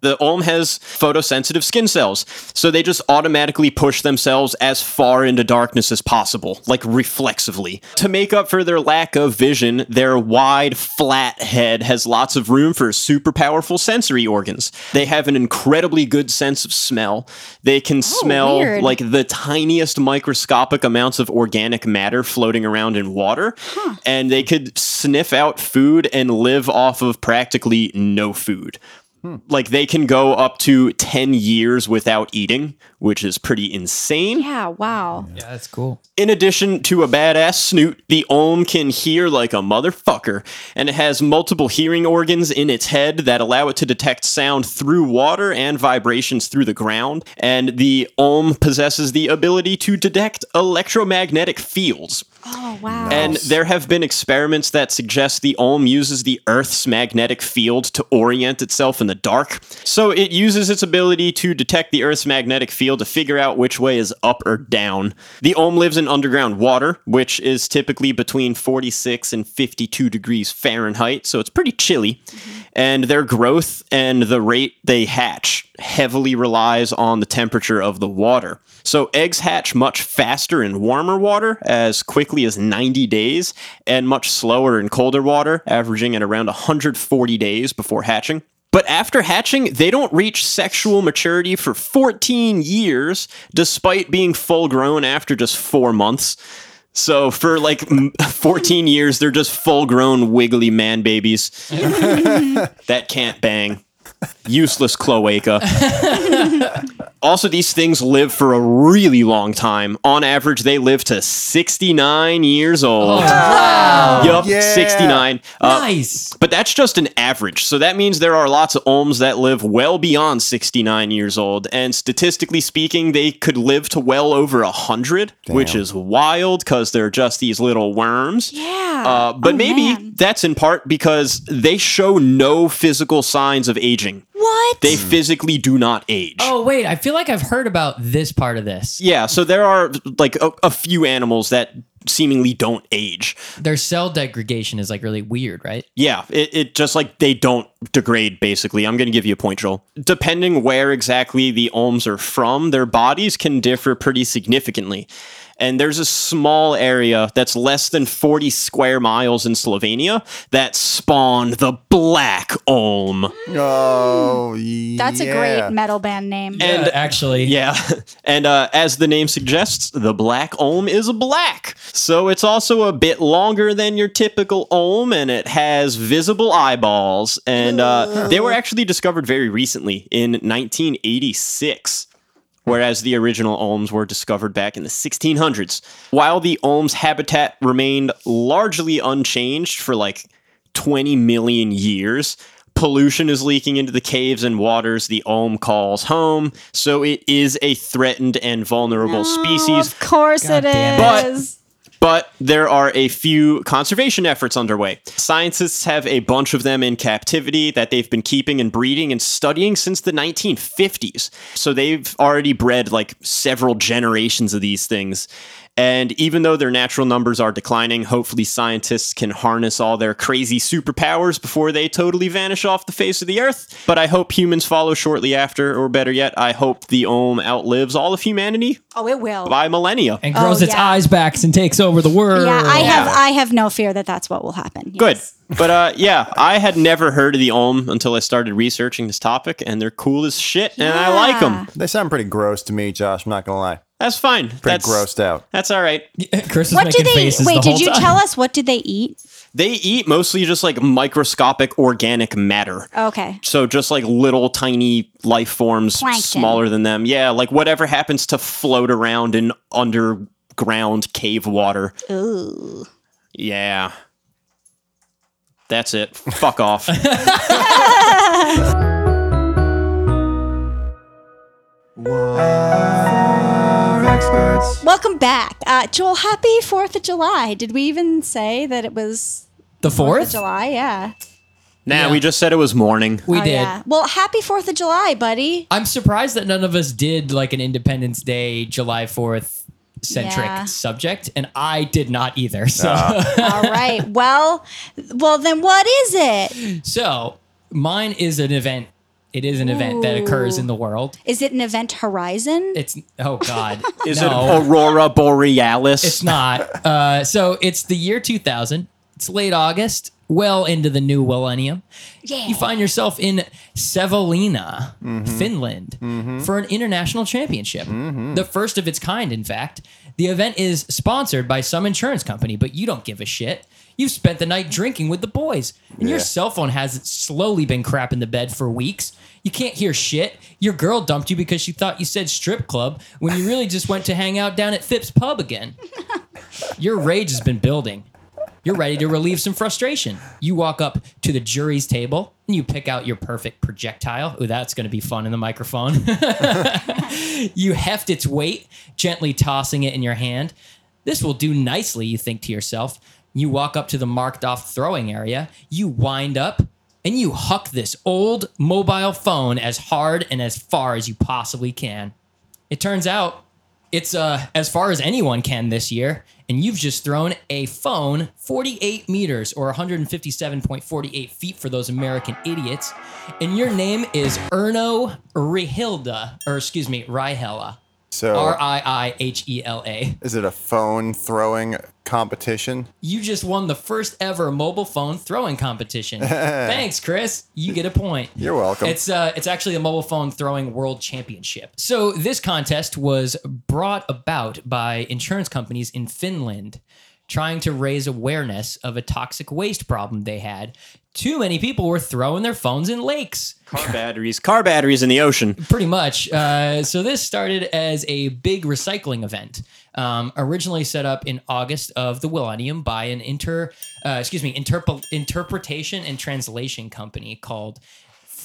the Olm has photosensitive skin cells, so they just automatically push themselves as far into darkness as possible, like reflexively. To make up for their lack of vision, their wide, flat head has lots of room for super powerful sensory organs. They have an incredibly good sense of smell. They can smell weird. like the tiniest microscopic amounts of organic matter floating around in water, and they could sniff out food and live off of practically no food. Like they can go up to 10 years without eating, which is pretty insane. Yeah, wow. Yeah, that's cool. In addition to a badass snoot, the Ohm can hear like a motherfucker, and it has multiple hearing organs in its head that allow it to detect sound through water and vibrations through the ground. And the Ohm possesses the ability to detect electromagnetic fields. Oh, wow. And there have been experiments that suggest the Ohm uses the Earth's magnetic field to orient itself in the dark. So it uses its ability to detect the Earth's magnetic field to figure out which way is up or down. The Ohm lives in underground water, which is typically between 46 and 52 degrees Fahrenheit, so it's pretty chilly. And their growth and the rate they hatch heavily relies on the temperature of the water. So eggs hatch much faster in warmer water, as quickly as 90 days, and much slower in colder water, averaging at around 140 days before hatching. But after hatching, they don't reach sexual maturity for 14 years, despite being full grown after just four months. So for like m- 14 years, they're just full grown wiggly man babies that can't bang. Useless cloaca. Also, these things live for a really long time. On average, they live to 69 years old. Wow. Yup, Yeah. 69. Uh, nice. But that's just an average. So that means there are lots of ohms that live well beyond 69 years old. And statistically speaking, they could live to well over 100, which is wild because they're just these little worms. yeah. Uh, but Oh, maybe man. that's in part because they show no physical signs of aging. What? They physically do not age. Oh wait, I feel like I've heard about this part of this. Yeah, so there are like a, a few animals that seemingly don't age. Their cell degradation is like really weird, right? Yeah, it, it just like they don't degrade, basically. I'm going to give you a point, Joel. Depending where exactly the ohms are from, their bodies can differ pretty significantly. And there's a small area that's less than 40 square miles in Slovenia that spawned the black ohm. Oh, yeah. That's a great metal band name. And Uh, actually, Yeah. And uh, as the name suggests, the black ohm is black. So it's also a bit longer than your typical ohm and it has visible eyeballs. And uh, they were actually discovered very recently in 1986. Whereas the original ohms were discovered back in the 1600s. While the ohms habitat remained largely unchanged for like 20 million years. Pollution is leaking into the caves and waters the Ohm calls home, so it is a threatened and vulnerable Oh, species. Of course God it damn it. is. But there are a few conservation efforts underway. Scientists have a bunch of them in captivity that they've been keeping and breeding and studying since the 1950s. So they've already bred like several generations of these things. And even though their natural numbers are declining, hopefully scientists can harness all their crazy superpowers before they totally vanish off the face of the earth. But I hope humans follow shortly after, or better yet, I hope the Ohm outlives all of humanity Oh, it will. by millennia. and grows Oh, its yeah. eyes back and takes over the world. Yeah, I have I have no fear that that's what will happen. Good. Yes. But uh, yeah, I had never heard of the Ohm until I started researching this topic, and they're cool as shit, and I like them. They sound pretty gross to me, Josh. I'm not gonna lie. That's fine. Pretty That's grossed out. That's all right. Chris is What do making they faces the Wait, whole did you time. tell us what did they eat? They eat mostly just like microscopic organic matter. Okay. So just like little tiny life forms Plankton. smaller than them. Yeah, like whatever happens to float around in underground cave water. Ooh. Yeah. That's it. Fuck off. Welcome back. Uh, Joel, happy 4th of July. Did we even say that it was Fourth the of fourth? July? Yeah. Nah, we just said it was morning. We Oh, did. yeah. Well, happy 4th of July, buddy. I'm surprised that none of us did like an Independence Day, July 4th centric Yeah. subject, and I did not either. So, Ah. All right. Well, well then what is it? so mine is an event. It is an event that occurs in the world. Is it an event horizon? It's oh god, Is no, it Aurora Borealis? It's not. Uh, so it's the year 2000. It's late August, well into the new millennium. yeah. You find yourself in Savonlinna, Finland, for an international championship. The first of its kind, in fact. The event is sponsored by some insurance company, but you don't give a shit. You've spent the night drinking with the boys, and your cell phone has slowly been crapping the bed for weeks. You can't hear shit. Your girl dumped you because she thought you said strip club when you really just went to hang out down at Phipps Pub again. Your rage has been building. You're ready to relieve some frustration. You walk up to the jury's table and you pick out your perfect projectile. Ooh, that's going to be fun in the microphone. you heft its weight, gently tossing it in your hand. This will do nicely, you think to yourself. You walk up to the marked off throwing area, you wind up, and you huck this old mobile phone as hard and as far as you possibly can. It turns out it's uh, as far as anyone can this year, and you've just thrown a phone 48 meters or 157.48 feet for those American idiots. And your name is Erno Rihilda, or excuse me, Rihela. So R I I H E L A. is it a phone throwing competition? You just won the first ever mobile phone throwing competition. Thanks, Chris. You get a point. You're welcome. It's uh, it's actually a mobile phone throwing world championship. So this contest was brought about by insurance companies in Finland trying to raise awareness of a toxic waste problem they had. Too many people were throwing their phones in lakes car batteries. Car batteries in the ocean. pretty much. Uh, so this started as a big recycling event, um, originally set up in August of the millennium by an inter, uh, excuse me, interpol interpretation and translation company called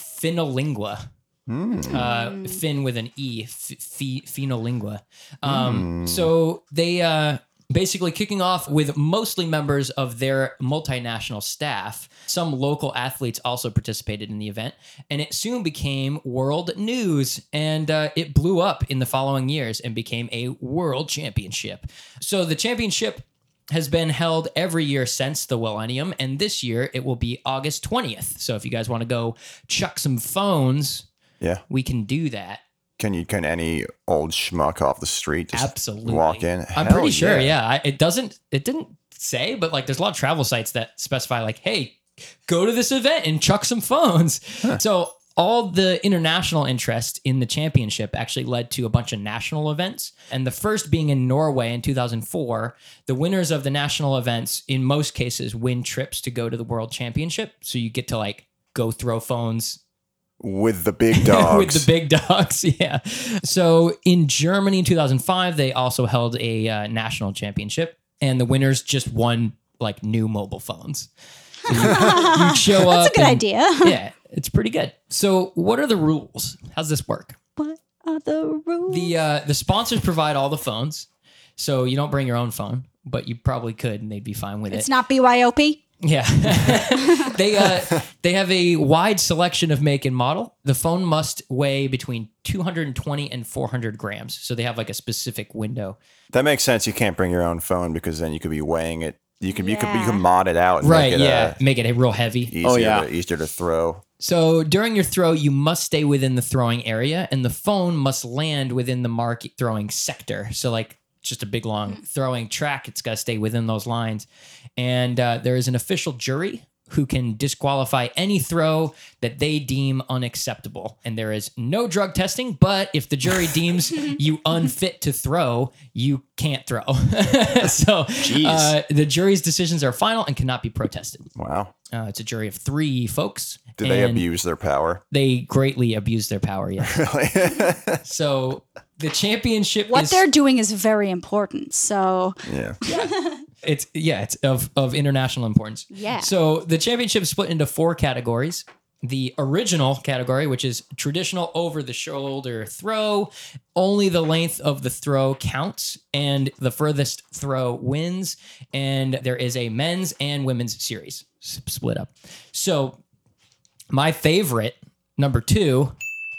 Finolingua. Uh, Fin with an E, f- fi- Finolingua. Um, So they uh, basically kicking off with mostly members of their multinational staff. Some local athletes also participated in the event, and it soon became world news. And uh, it blew up in the following years and became a world championship. So the championship has been held every year since the millennium, and this year it will be August 20th. So if you guys want to go chuck some phones, Yeah. we can do that. Can you can any old schmuck off the street just Absolutely. walk in? I'm Hell pretty sure, yeah. I, it doesn't, it didn't say, but like there's a lot of travel sites that specify, like, hey, go to this event and chuck some phones. So all the international interest in the championship actually led to a bunch of national events. And the first being in Norway in 2004, the winners of the national events, in most cases, win trips to go to the world championship. So you get to like go throw phones With the big dogs. with the big dogs. Yeah. So in Germany in 2005, they also held a uh, national championship, and the winners just won like new mobile phones. So you, you show up. That's a good and- idea. Yeah, it's pretty good. So, what are the rules? How's this work? What are the rules? The uh, the sponsors provide all the phones, so you don't bring your own phone. but you probably could, and they'd be fine with it. It's not BYOP. Yeah. they uh, they have a wide selection of make and model. The phone must weigh between 220 and 400 grams. So they have like a specific window. That makes sense. You can't bring your own phone because then you could be weighing it. You could you could you Yeah. could mod it out. And Right. Make it, yeah. Uh, Make it a real heavy. easier Oh, yeah. To, easier to throw. So during your throw, you must stay within the throwing area and the phone must land within the mark throwing sector. So, like, just a big long throwing track, it's got to stay within those lines. And uh, there is an official jury who can disqualify any throw that they deem unacceptable. And there is no drug testing, but if the jury deems you unfit to throw, you can't throw. so, uh, the jury's decisions are final and cannot be protested. Wow. Uh, it's a jury of three folks. Did they and- abuse their power? they greatly abuse their power. Yeah. so the championship What is they're doing is very important. So yeah. it's yeah it's of of international importance. Yeah. So the championship is split into four categories. The original category, which is traditional over the shoulder throw, only the length of the throw counts, and the furthest throw wins. And there is a men's and women's series s- split up. So My favorite, number two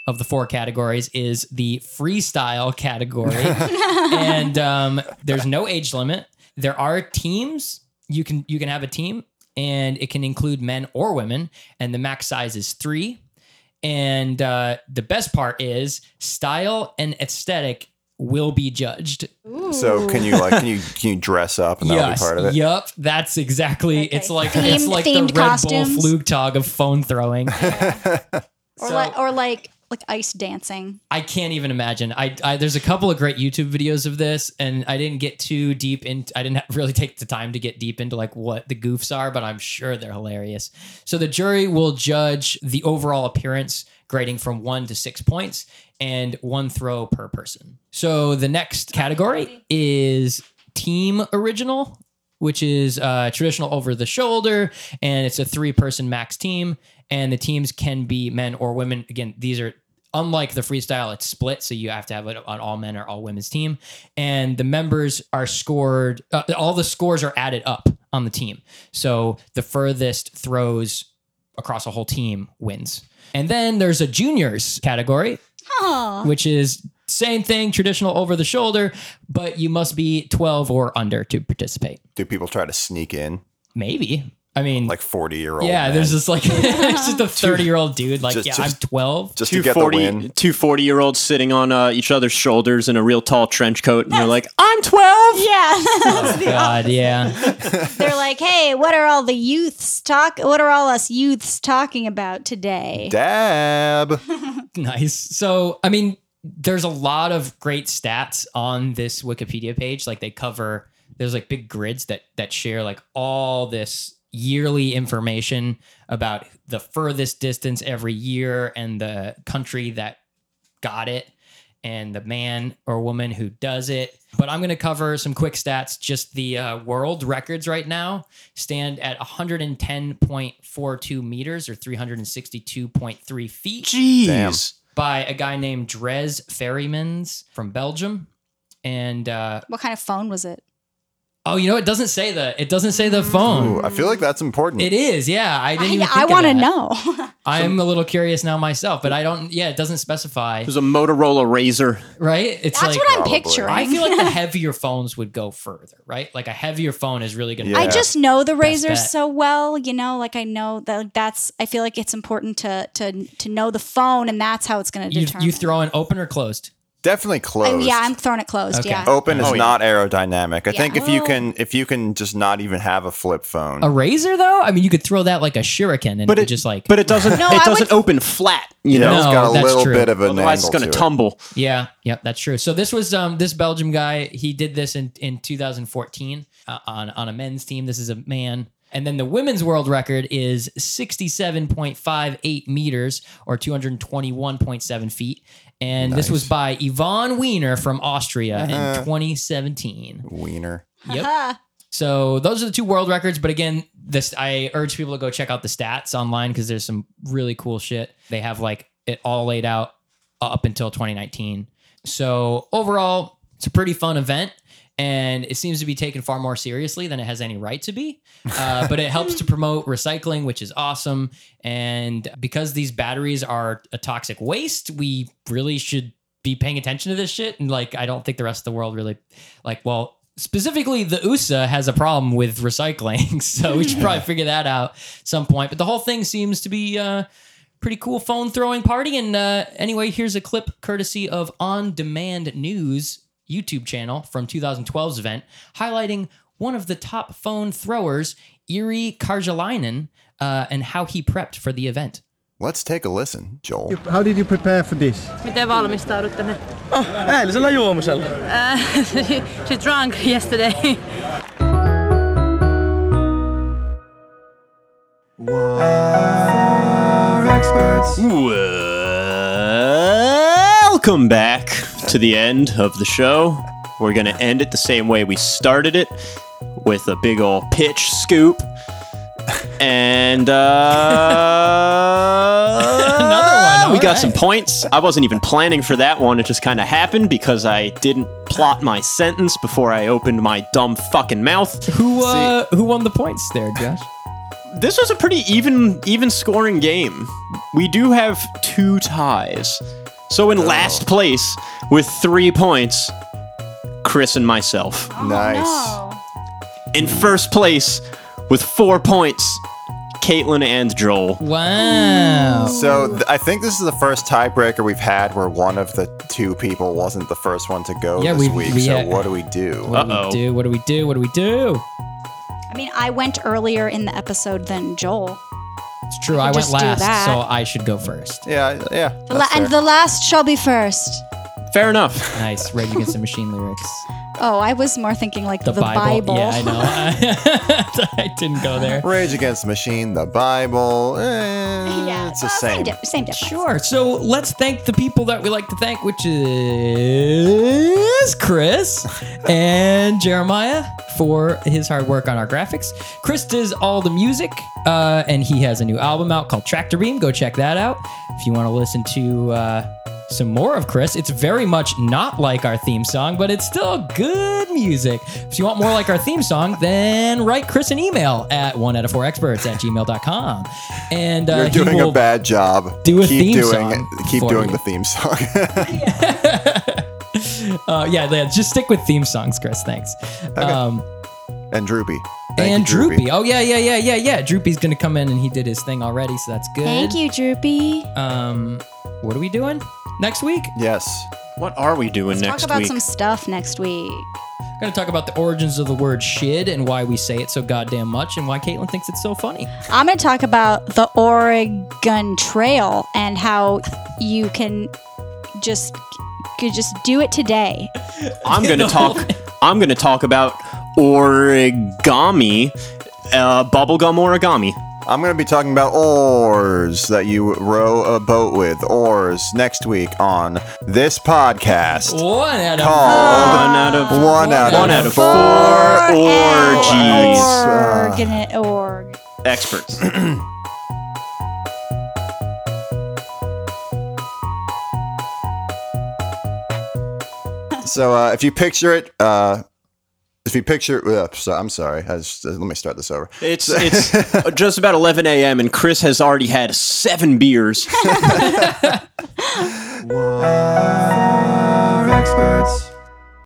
of the four categories, is the freestyle category. and um, there's no age limit. There are teams. You can you can have a team, and it can include men or women. And the max size is three. And uh, the best part is style and aesthetic will be judged. So can you like can you can you dress up and that'll be part of it? Yep. That's exactly. It's like it's Themed- like the themed Red costumes. Bull Flugtag of phone throwing. or So- like or like like ice dancing. I can't even imagine. I, I there's a couple of great YouTube videos of this, and I didn't get too deep in. I didn't have- really take the time to get deep into like what the goofs are, but I'm sure they're hilarious. So the jury will judge the overall appearance, grading from one to six points, and one throw per person. So the next category is team original, which is uh, traditional over the shoulder, and it's a three person max team, and the teams can be men or women. Again, these are unlike the freestyle, it's split, so you have to have it on all men or all women's team. And the members are scored, uh, all the scores are added up on the team. So the furthest throws across a whole team wins. And then there's a juniors category, Oh, which is same thing, traditional over the shoulder, but you must be 12 or under to participate. Do people try to sneak in Maybe. I mean, like forty year old? yeah, there's this like, it's just a 30 year old dude, like, Just- yeah, just- I'm 12. just to Two get the win. 40, two 40 year olds sitting on uh, each other's shoulders in a real tall trench coat, and they're like, "Oh, I'm 12. yeah. Oh, God, yeah. They're like, hey, what are all the youths talk? What are all us youths talking about today? Dab. nice. So, I mean, there's a lot of great stats on this Wikipedia page. Like they cover there's like big grids that that share like all this yearly information about the furthest distance every year and the country that got it and the man or woman who does it. But I'm going to cover some quick stats. Just the uh, world records right now stand at 110.42 meters or 362.3 feet Jeez. Damn. by a guy named Dres Ferrymans from Belgium. And uh, What kind of phone was it? oh, you know, it doesn't say the it doesn't say the phone. Ooh, I feel like that's important. It is, yeah. I didn't. I, I even think of want to that. know. I'm a little curious now myself, but I don't. Yeah, it doesn't specify, It was a Motorola Razor. right? It's That's like what I'm Probably. picturing. I feel like the heavier phones would go further, right? Like a heavier phone is really going to. Yeah. I just know the razors bet. so well, you know, like I know that that's I feel like it's important to to to know the phone and that's how it's going to You, determine. you throw an open or closed? Definitely Oh, closed. yeah, I'm throwing it closed. Okay. Yeah. Open is Oh, yeah. not aerodynamic. I Yeah. think if you Well- can if you can just not even have a flip phone. A razor, though. I mean, you could throw that like a shuriken, and it would just like But it doesn't. No, it I doesn't would- open flat. You you know, know, No, it's got a that's little true. bit of an otherwise it's angle going to to it. tumble. Yeah, yep, that's true. So this was um this Belgium guy. He did this in in 2014 uh, on on a men's team. This is a man. And then the women's world record is 67.58 meters or 221.7 feet. And this was by Yvonne Wiener from Austria in 2017. Wiener. Yep. Huh. So those are the two world records. But again, this I urge people to go check out the stats online because there's some really cool shit. They have like it all laid out up until 2019. So overall, it's a pretty fun event. and it seems to be taken far more seriously than it has any right to be. Uh, but it helps to promote recycling, which is awesome. And because these batteries are a toxic waste, we really should be paying attention to this shit. And like, I don't think the rest of the world really, like, well, specifically the USA has a problem with recycling, so we should probably figure that out at some point. But the whole thing seems to be. Uh, pretty cool phone throwing party. And uh, anyway, here's a clip courtesy of On Demand News YouTube channel from 2012's event, highlighting one of the top phone throwers, Iri Karjalainen, uh, and how he prepped for the event. Let's take a listen, Joel. How did you prepare for this? Miten valmistaudutte nyt? Äällisellä juomisella. Uh, she, she drunk yesterday. Welcome back to the end of the show. We're going to end it the same way we started it with a big old pitch scoop. And uh, Another one, We got alright. some points. I wasn't even planning for that one. It just kind of happened because I didn't plot my sentence before I opened my dumb fucking mouth. Who uh, who won the points there, Josh? this was a pretty even even scoring game. We do have two ties. So in last place with 3 points, Chris and myself. Oh, nice. In first place with 4 points, Caitlin and Joel. Wow. So th- I think this is the first tiebreaker we've had where one of the two people wasn't the first one to go Yeah, this we- week. we- so yeah. what do we do? What do Uh-oh. we do? What do we do? What do we do? I mean, I went earlier in the episode than Joel. It's true. I went just do last, that. so I should go first. Yeah, yeah. The la- and the last shall be first. Fair enough. Nice. Rage Against the Machine lyrics. Oh, I was more thinking like The, the, Bible. Yeah, I know. I didn't go there. Rage Against the Machine, the Bible. eh, Yeah, it's the well, same. di- same difference. Sure. So let's thank the people that we like to thank, which is Chris and Jeremiah for his hard work on our graphics. Chris does all the music, uh, and he has a new album out called Tractor Beam. Go check that out if you want to listen to. Uh, some more of Chris. It's very much not like our theme song, but it's still good music. If you want more like our theme song, then write Chris an email at one out of four experts at gmail.com. And uh, You're he doing a will- bad job. do a keep theme doing, song Keep for doing you. the theme song. Uh, yeah, yeah, just stick with theme songs, Chris. Thanks. Um, and Droopy. Thank you, and Droopy. Oh, yeah, yeah, yeah, yeah, yeah. Droopy's going to come in and he did his thing already, so that's good. Thank you, Droopy. Um, what are we doing next week? Yes. What are we doing Let's next talk about week? some stuff next week. We're going to talk about the origins of the word shid and why we say it so goddamn much and why Caitlin thinks it's so funny. I'm going to talk about the Oregon Trail and how you can just you just do it today. I'm going to talk I'm going to talk about origami uh, bubblegum origami. I'm going to be talking about oars that you row a boat with. Oars next week on this podcast. One out of Called One out of One out Uh, one of out of four four orgies. Oregon org. Experts. So uh, if you picture it, uh, if you picture, uh, so I'm sorry. I just, uh, let me start this over. It's it's just about 11 a.m. and Chris has already had seven beers. Experts.